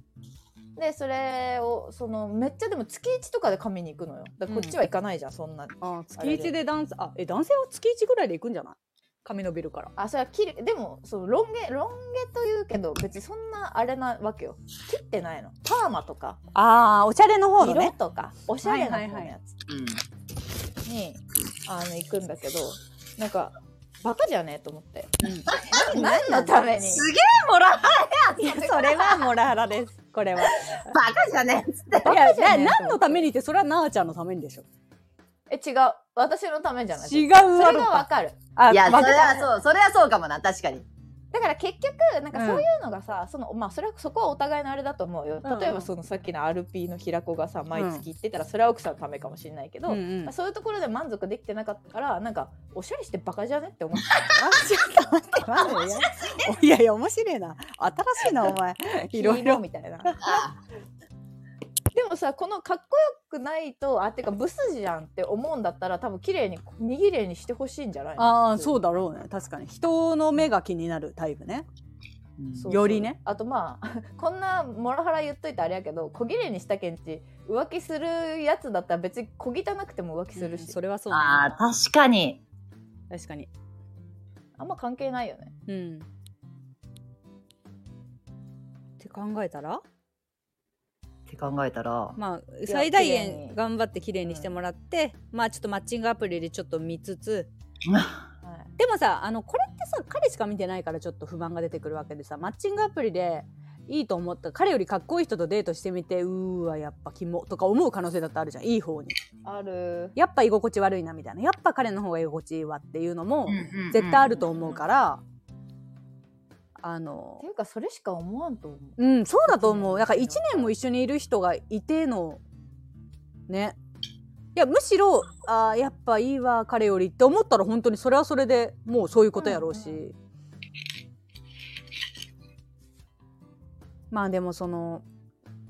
でそれをそのめっちゃでも月一とかで髪に行くのよだからこっちは行かないじゃん、そんなあ月一で男性あえ男性は月一ぐらいで行くんじゃない髪伸びるからあそれは切るでもそのロン毛ロン毛というけど別にそんなあれなわけよ切ってないのパーマとかあーおしゃれの方の色ねとかおしゃれな方のやうん。つにあの行くんだけどなんかバカじゃねえと思って 何のためにすげえもらい やそれはモラハラですこれはバカじゃねえっつって。いやじゃねえな何のためにってそれはなあちゃんのためにでしょえ違う私のためじゃない違うそわれがわかるあ いや、そわかれはそう、それはそうかもな、確かに。だから結局なんかそういうのがさ、そのまあそれはそこはお互いのあれだと思うよ、うんうん例えばそのさっきの RP の平子がさ毎月行ってたらそれは奥さんのためかもしれないけど、うんうんまあそういうところで満足できてなかったからなんかおしゃれしてバカじゃねって思ってあちょっと待って待っていやいや面白いな新しいなお 前いろいろみたい なでもさこのかっこよくないとあてかブスじゃんって思うんだったら多分綺麗にに綺麗にしてほしいんじゃないのああそうだろうね確かに人の目が気になるタイプねそうそうよりねあとまあこんなモラハラ言っといてあれやけど小綺麗にしたけんち浮気するやつだったら別に小汚くても浮気するし、うんそれはそうああ、だ確かに。確かにあんま関係ないよねうんって考えたらって考えたら、まあ最大綺麗限に頑張って綺麗にしてもらって、まあちょっとマッチングアプリでちょっと見つつはいでもさあのこれってさ彼しか見てないからちょっと不満が出てくるわけでさマッチングアプリでいいと思った彼よりかっこいい人とデートしてみてうーわやっぱキモとか思う可能性だってあるじゃんいい方にあるやっぱ居心地悪いなみたいなやっぱ彼の方が居心地いいわっていうのもん絶対あると思うから、あのていうかそれしか思わんと思ううん、そうだと思う。一年だから1年も一緒にいる人がいての、ね。いや、むしろ、ああ、やっぱいいわ、彼よりって思ったら本当にそれはそれでもうそういうことやろうし。うんうまあでもその、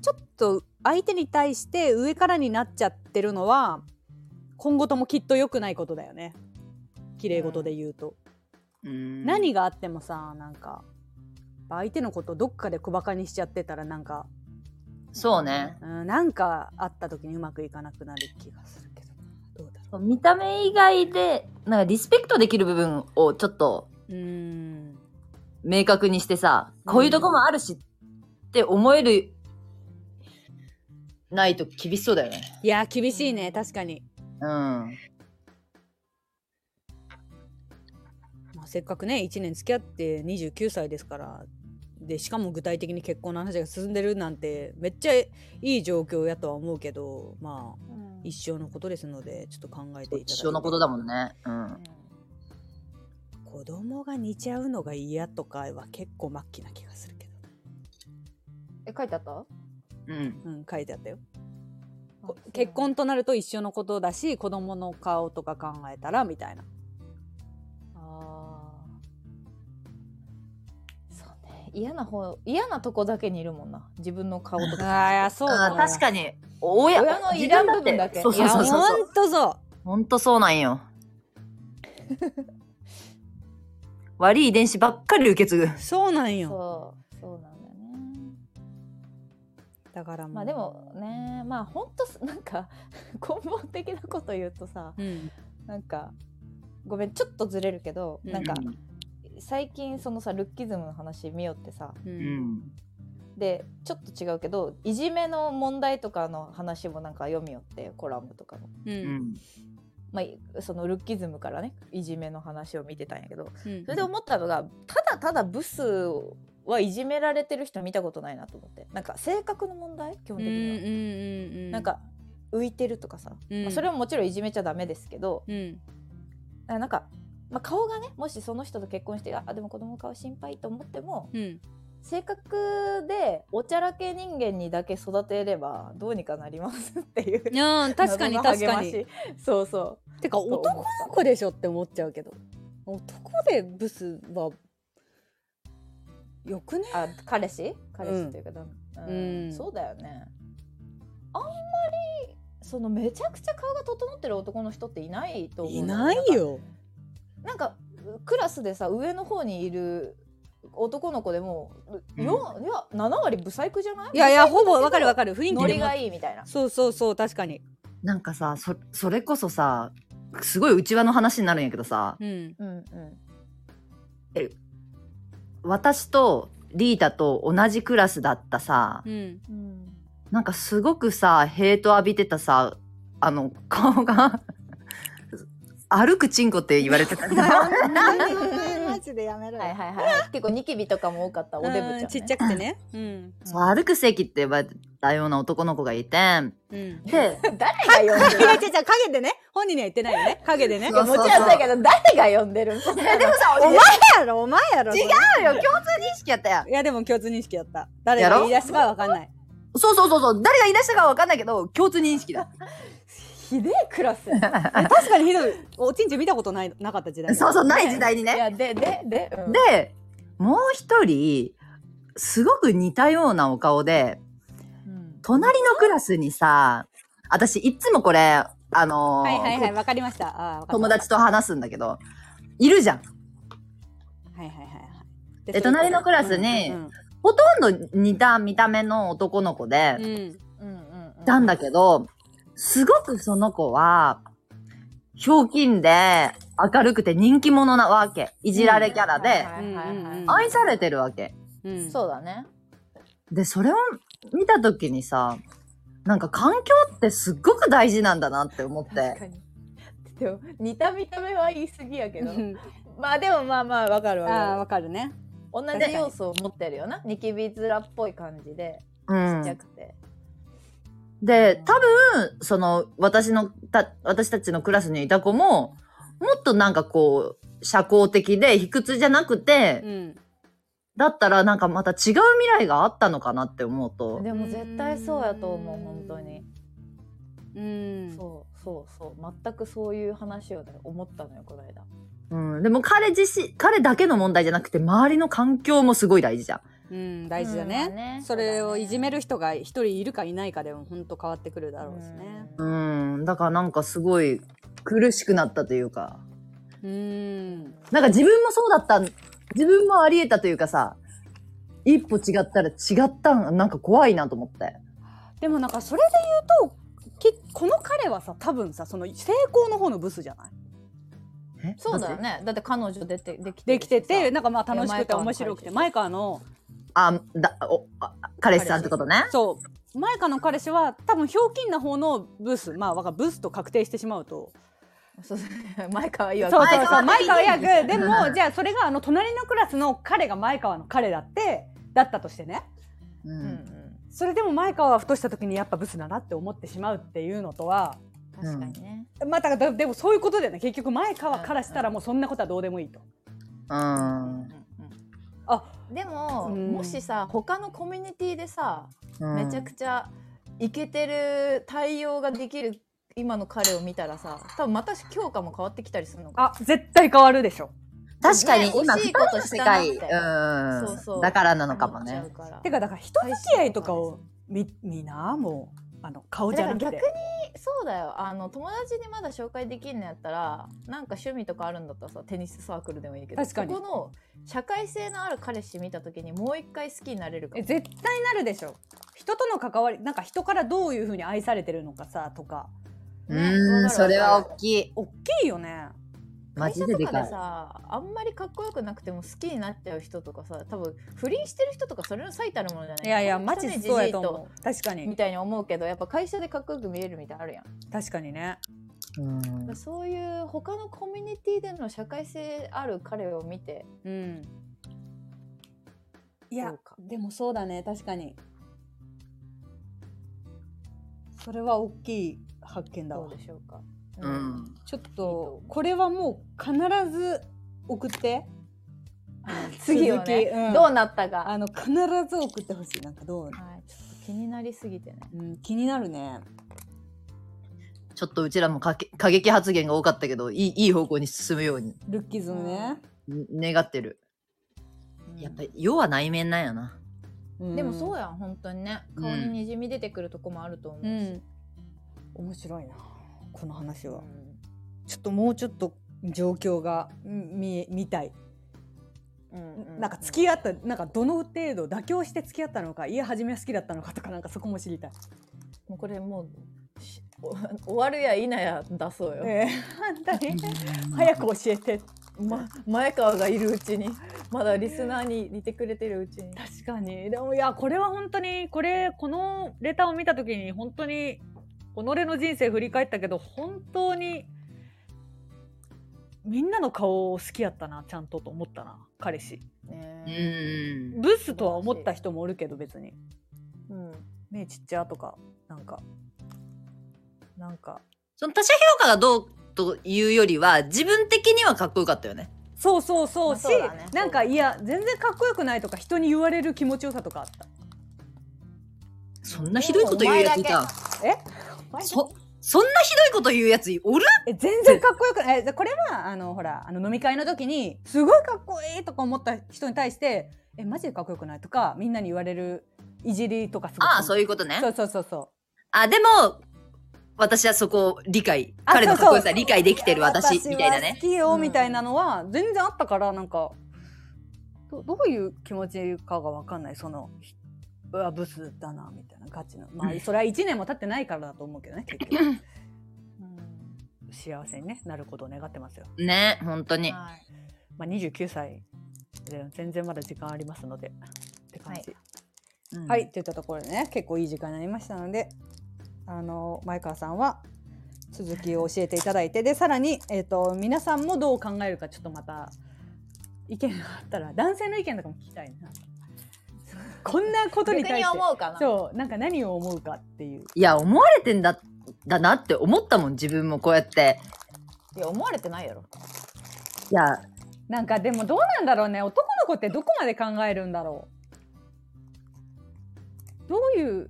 ちょっと相手に対して上からになっちゃってるのは、今後ともきっと良くないことだよね。綺麗事で言うと。うん何があってもさなんか相手のことどっかで小バカにしちゃってたらなんか、そうねうん、なんかあった時にうまくいかなくなる気がするけどどうだろ見た目以外でなんかリスペクトできる部分をちょっとううーん明確にしてさこういうとこもあるしって思えるないと厳しそうだよねいや厳しいね確かに、うんまあ、せっかくね1年付き合って29歳ですからでしかも具体的に結婚の話が進んでるなんてめっちゃいい状況やとは思うけどまあ一生のことですのでちょっと考えていただいて一生のことだもんねうん子供が似ちゃうのが嫌とかは結構末期な気がするけどえ書いてあったうんうん、書いてあったよ。こ結婚となると一緒のことだし子供の顔とか考えたらみたいなあーそうね嫌な方嫌なとこだけにいるもんな自分の顔とかあーいやそうだあわー確かに親親のいらん部分だけそうそうそういそうやほんとそうほんとそうなんよ 悪い遺伝子ばっかり受け継ぐそうなんよそうそうなんだよねだからうまあでもねまあほんとす なんか根本的なこと言うとさうんなんかごめんちょっとずれるけど、うんなんか最近そのさルッキズムの話見よってさううんんでちょっと違うけどいじめの問題とかの話もなんか読みよってコラムとかの、ううんんまあい、そのルッキズムからねいじめの話を見てたんやけどうんそれで思ったのがただただブスはいじめられてる人見たことないなと思ってなんか性格の問題基本うんうん的うには、んうんなんか浮いてるとかさ、うんまあ、それももちろんいじめちゃダメですけど、うんあなんか、まあ、顔がねもしその人と結婚してあでも子供の顔心配と思ってもうん性格でおちゃらけ人間にだけ育てればどうにかなりますっていういやー確かに謎の確励かましにそうそてかうと思男のった子でしょって思っちゃうけど男でブスはよくねあ彼氏彼氏というか、旦那うんうんそうだよねあんまりそのめちゃくちゃ顔が整ってる男の人っていないと思ういのないよなんかクラスでさ上の方にいる男の子でも、うんよいや7割ブサイクじゃないいやいやブサイほクだけどぼわかるわかる雰囲気ノでリもがいいみたいな。そうそうそう確かになんかさそそれこそさすごい内輪の話になるんやけどさうんうんうん、私とリータと同じクラスだったさうんうんなんかすごくさヘイト浴びてたさあの顔が歩くチンコって言われてたマジでやめろはいはいはい。結構ニキビとかも多かったおでぶちゃん、ね。ちっちゃくてね。うん。そう歩く席って呼ばれたような男の子がいてうん。で 誰が呼ん いでや、る違う違う、影でね。本人には言ってないよ ね。影でね。そうの？もちろんそうやけど誰が呼んでるの？そんなのお前やろ、お前やろ。違うよ共通認識やったやんいや、でも共通認識だった。誰が言い出したかはわかんない。そうそうそうそう誰が言い出したかは分かんないけど共通認識だひでえクラス。いえ確かにひどい。おちんちん見たことない、なかった時代。そうそうない時代にねやででで、うんでもう一人すごく似たようなお顔でうん隣のクラスにさ私いっつもこれあのーはいはいはい、わかりました。ああ、わかった友達と話すんだけどいるじゃんはいはいはいはい。で隣のクラスにうんほとんど似た見た目の男の子で、うんうん。うんうんうん。なんだけどすごくその子はひょうきんで明るくて人気者なわけいじられキャラで、はいはいはいはいうん愛されてるわけうん。そうだね。で、それを見たときにさ、なんか環境ってすっごく大事なんだなって思って確。かに。でも似た見た目は言い過ぎやけうど。ん。まあでもまあまあわかるわああ、かわかるね。る。同じ要素を持ってるよな。ニキビ面っぽい感じでうちっちゃん。くて。で、多分、その、私の、た、私たちのクラスにいた子も、もっとなんかこう、社交的で、卑屈じゃなくて、うん。だったらなんかまた違う未来があったのかなって思うと、でも絶対そうやと思う本当にうんそうそうそう全くそういう話をね思ったのよこの間うん、でも彼自身、彼だけの問題じゃなくて周りの環境もすごい大事じゃん。うん、大事だうねんまあねそれをいじめるる人が一人いるかいないかでも本当変わってくるだろうしねうん、だからなんかすごい苦しくなったというか、うんなんか自分もそうだったん、自分もあり得たというかさ、一歩違ったら違ったん、なんか怖いなと思って。でもなんかそれで言うときこの彼はさ多分さその成功の方のブスじゃないえそうだよマジねだって彼女出てできてできててるしなんかまあ楽し前くて川の面白くて前川のあ、だ、お、あ彼氏さんってことね。そう前川の彼氏は多分ひょうきんな方のブスまあわかブスと確定してしまうとさそうそう前川曰くそうそうそう前前川川役でもじゃあそれがあの隣のクラスの彼が前川の彼だってだったとしてねう。うんうんんそれでも前川はふとした時にやっぱブスだなって思ってしまうっていうのとは確かにねまあだからでもそういうことだよね結局前川からしたらもうそんなことはどうでもいいと。うん。あでも、うんもしさ他のコミュニティでさ、うんめちゃくちゃイケてる対応ができる今の彼を見たらさ多分また強化も変わってきたりするのかあ絶対変わるでしょ。確かにね今、惜し二いこと人の世したなって界、うん。そうそうだからなのかもね思っ。ちゃうからてかだから人付き合いとかをみみなもうあの顔じゃなくてだからそうだよあの友達にまだ紹介できんのやったらなんか趣味とかあるんだったらさテニスサークルでもいいけど確かにそこの社会性のある彼氏見た時にもう一回好きになれるかえも絶対なるでしょ。人との関わりなんか人からどういうふうに愛されてるのかさとかうん、それは大きい。大きいよね。マ会ジ社でとでかかいで。さあんまりかっこよくなくても好きになっちゃう人とかさ多分不倫してる人とかそれの最たるものじゃないいやいやこんなマ汚ジいそうじじやいと思う。確かみにたいに思うけどやっぱ会社でかっこよく見えるみたいなのあるやん確かにね。うんそういう他のコミュニティでの社会性ある彼を見てうん。いどやうかでもそうだね確かに。それは大きい発見だどわう。でしょうかうん。ちょっいいと思とうこれはもう必ず送って次をね、続きうんどうなったかあの必ず送ってほしいなんかどう、はい、ちょっと気になりすぎてね。うん、気になるねちょっとうちらもかけ過激発言が多かったけど、いいいい方向に進むようにルッキズムね、ん願ってる。やっぱり、要は内面なんやな。うんでもそうややん本当にねうん顔ににじみ出てくるとこもあると思ううし、ん面白いなこの話うはんちょっともうちょっと状況がん見え見たいうんなんか付き合ったなんかどの程度妥協して付き合ったのか家初めは好きだったのかとかなんかそこも知りたい、もうこれもうしお終わるや否や出そうよ、ええ 本当に早く教えてま、前川がいるうちにまだリスナーに似てくれてるうちに確かにでもいやこれは本当にこれこのレターを見た時に本当に己の人生振り返ったけど本当にみんなの顔を好きやったなちゃんとと思ったな彼氏ねうん。ブスとは思った人もおるけど別にうん目ちっちゃとかなんかなんかその他者評価がどうというよりは、自分的にはかっこよかったよね。そうそうそうまあし、そうだねなんかいや全然かっこよくないとか人に言われる気持ちよさとかあったそんなひどいこと言うやついた。えそ、そんなひどいこと言うやつおるえ全然かっこよくないえこれはあのほらあの飲み会の時にすごいかっこいいとか思った人に対してえマジでかっこよくないとかみんなに言われるいじりとかすごああ、そういううことねそ。うそうそうそうあ、でも、私はそこを理解、あ彼のかっこよそうそさう理解できてる私、みたいな私は好ね。きよみたいなのは全然あったからなんかどどういう気持ちかがわかんないそのひうわブスだなみたいなガチのまあそれは1年も経ってないからだと思うけどね結 局うん幸せに、ね、なることを願ってますよ、ね、本当に。はいまあ、29歳で全然まだ時間ありますのでって感じ、はいうんはい、といったところでね結構いい時間になりましたのであの前川さんは続きを教えていただいてでさらに、えー、と皆さんもどう考えるかちょっとまた意見があったら男性の意見とかも聞きたいな こんなことに逆対にして思うかなそうなんか何を思うかっていういや、思われてんだ、だなって思ったもん、自分もこうやって。いや思われてないやろいや、なんかでもどうなんだろうね男の子ってどこまで考えるんだろうどういう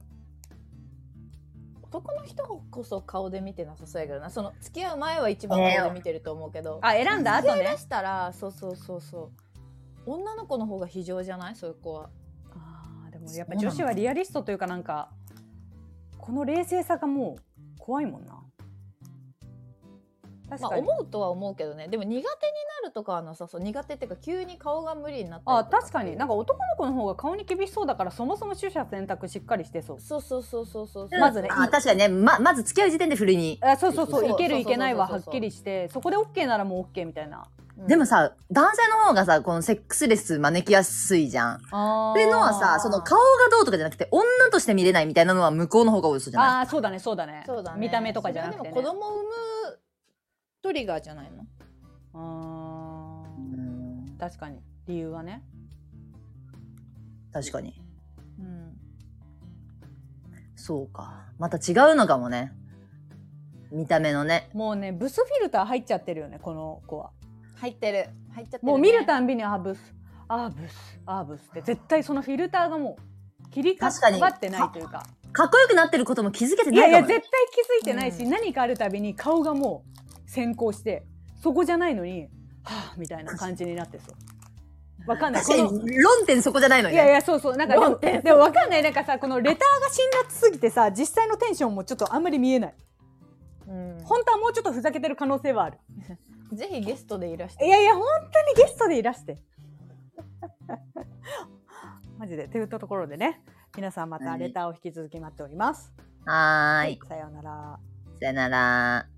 男の人こそ顔で見てなさそうやけどなその付き合う前は一番顔で見てると思うけど、あ選んだ後付き合いね出したらそうそうそうそう女の子の方が非常じゃないそういう子はあーでもやっぱ女子はリアリストというかなんかこの冷静さがもう怖いもんな確まあかに、思うとは思うけどねでも苦手になるとかはなさそう苦手っていうか急に顔が無理になったありと確かになんか男の子の方が顔に厳しそうだからそもそも取捨選択しっかりしてそうそうそうそうそうそうまずねあ確かにね、ま、まず付き合う時点で不倫に。あそうそうそそうういけるそうそうそういけないはそはうっそうきりしてそこで OK ならもう OK みたいなでもさ、男性の方がさ、このセックスレス招きやすいじゃん。あっーていうのはさ、その顔がどうとかじゃなくて、女として見れないみたいなのは向こうの方が多いそうじゃないあーそうだねそうだねそうだね見た目とかじゃなくて、ね、それはでも子供を産むトリガーじゃないのあうーん確かに理由はね確かに。うんそうか。また違うのかもね。見た目のね。もうねブスフィルター入っちゃってるよねこの子は入ってる入っちゃってるね、もう見るたんびにあーブスあーブスあーブスって絶対そのフィルターがもう切り替確かにわってないというかかっこよくなってることも気づけていなやいいかやも絶対ね。気づいてないし、うん何かあるたびに顔がもう先行してそこじゃないのにはぁみたいな感じになってそうわかんないこ確かのに論点そこじゃないのいやいね。やそうそうなんかで論点もでもわかんないなんかさこのレターが辛辣すぎてさ実際のテンションもちょっとあんまり見えないうん本当はもうちょっとふざけてる可能性はあるぜひゲストでいらしていやいや本当にゲストでいらして マジでというところでね皆さんまたレターを引き続き待っております、はーい。さようならさよなら。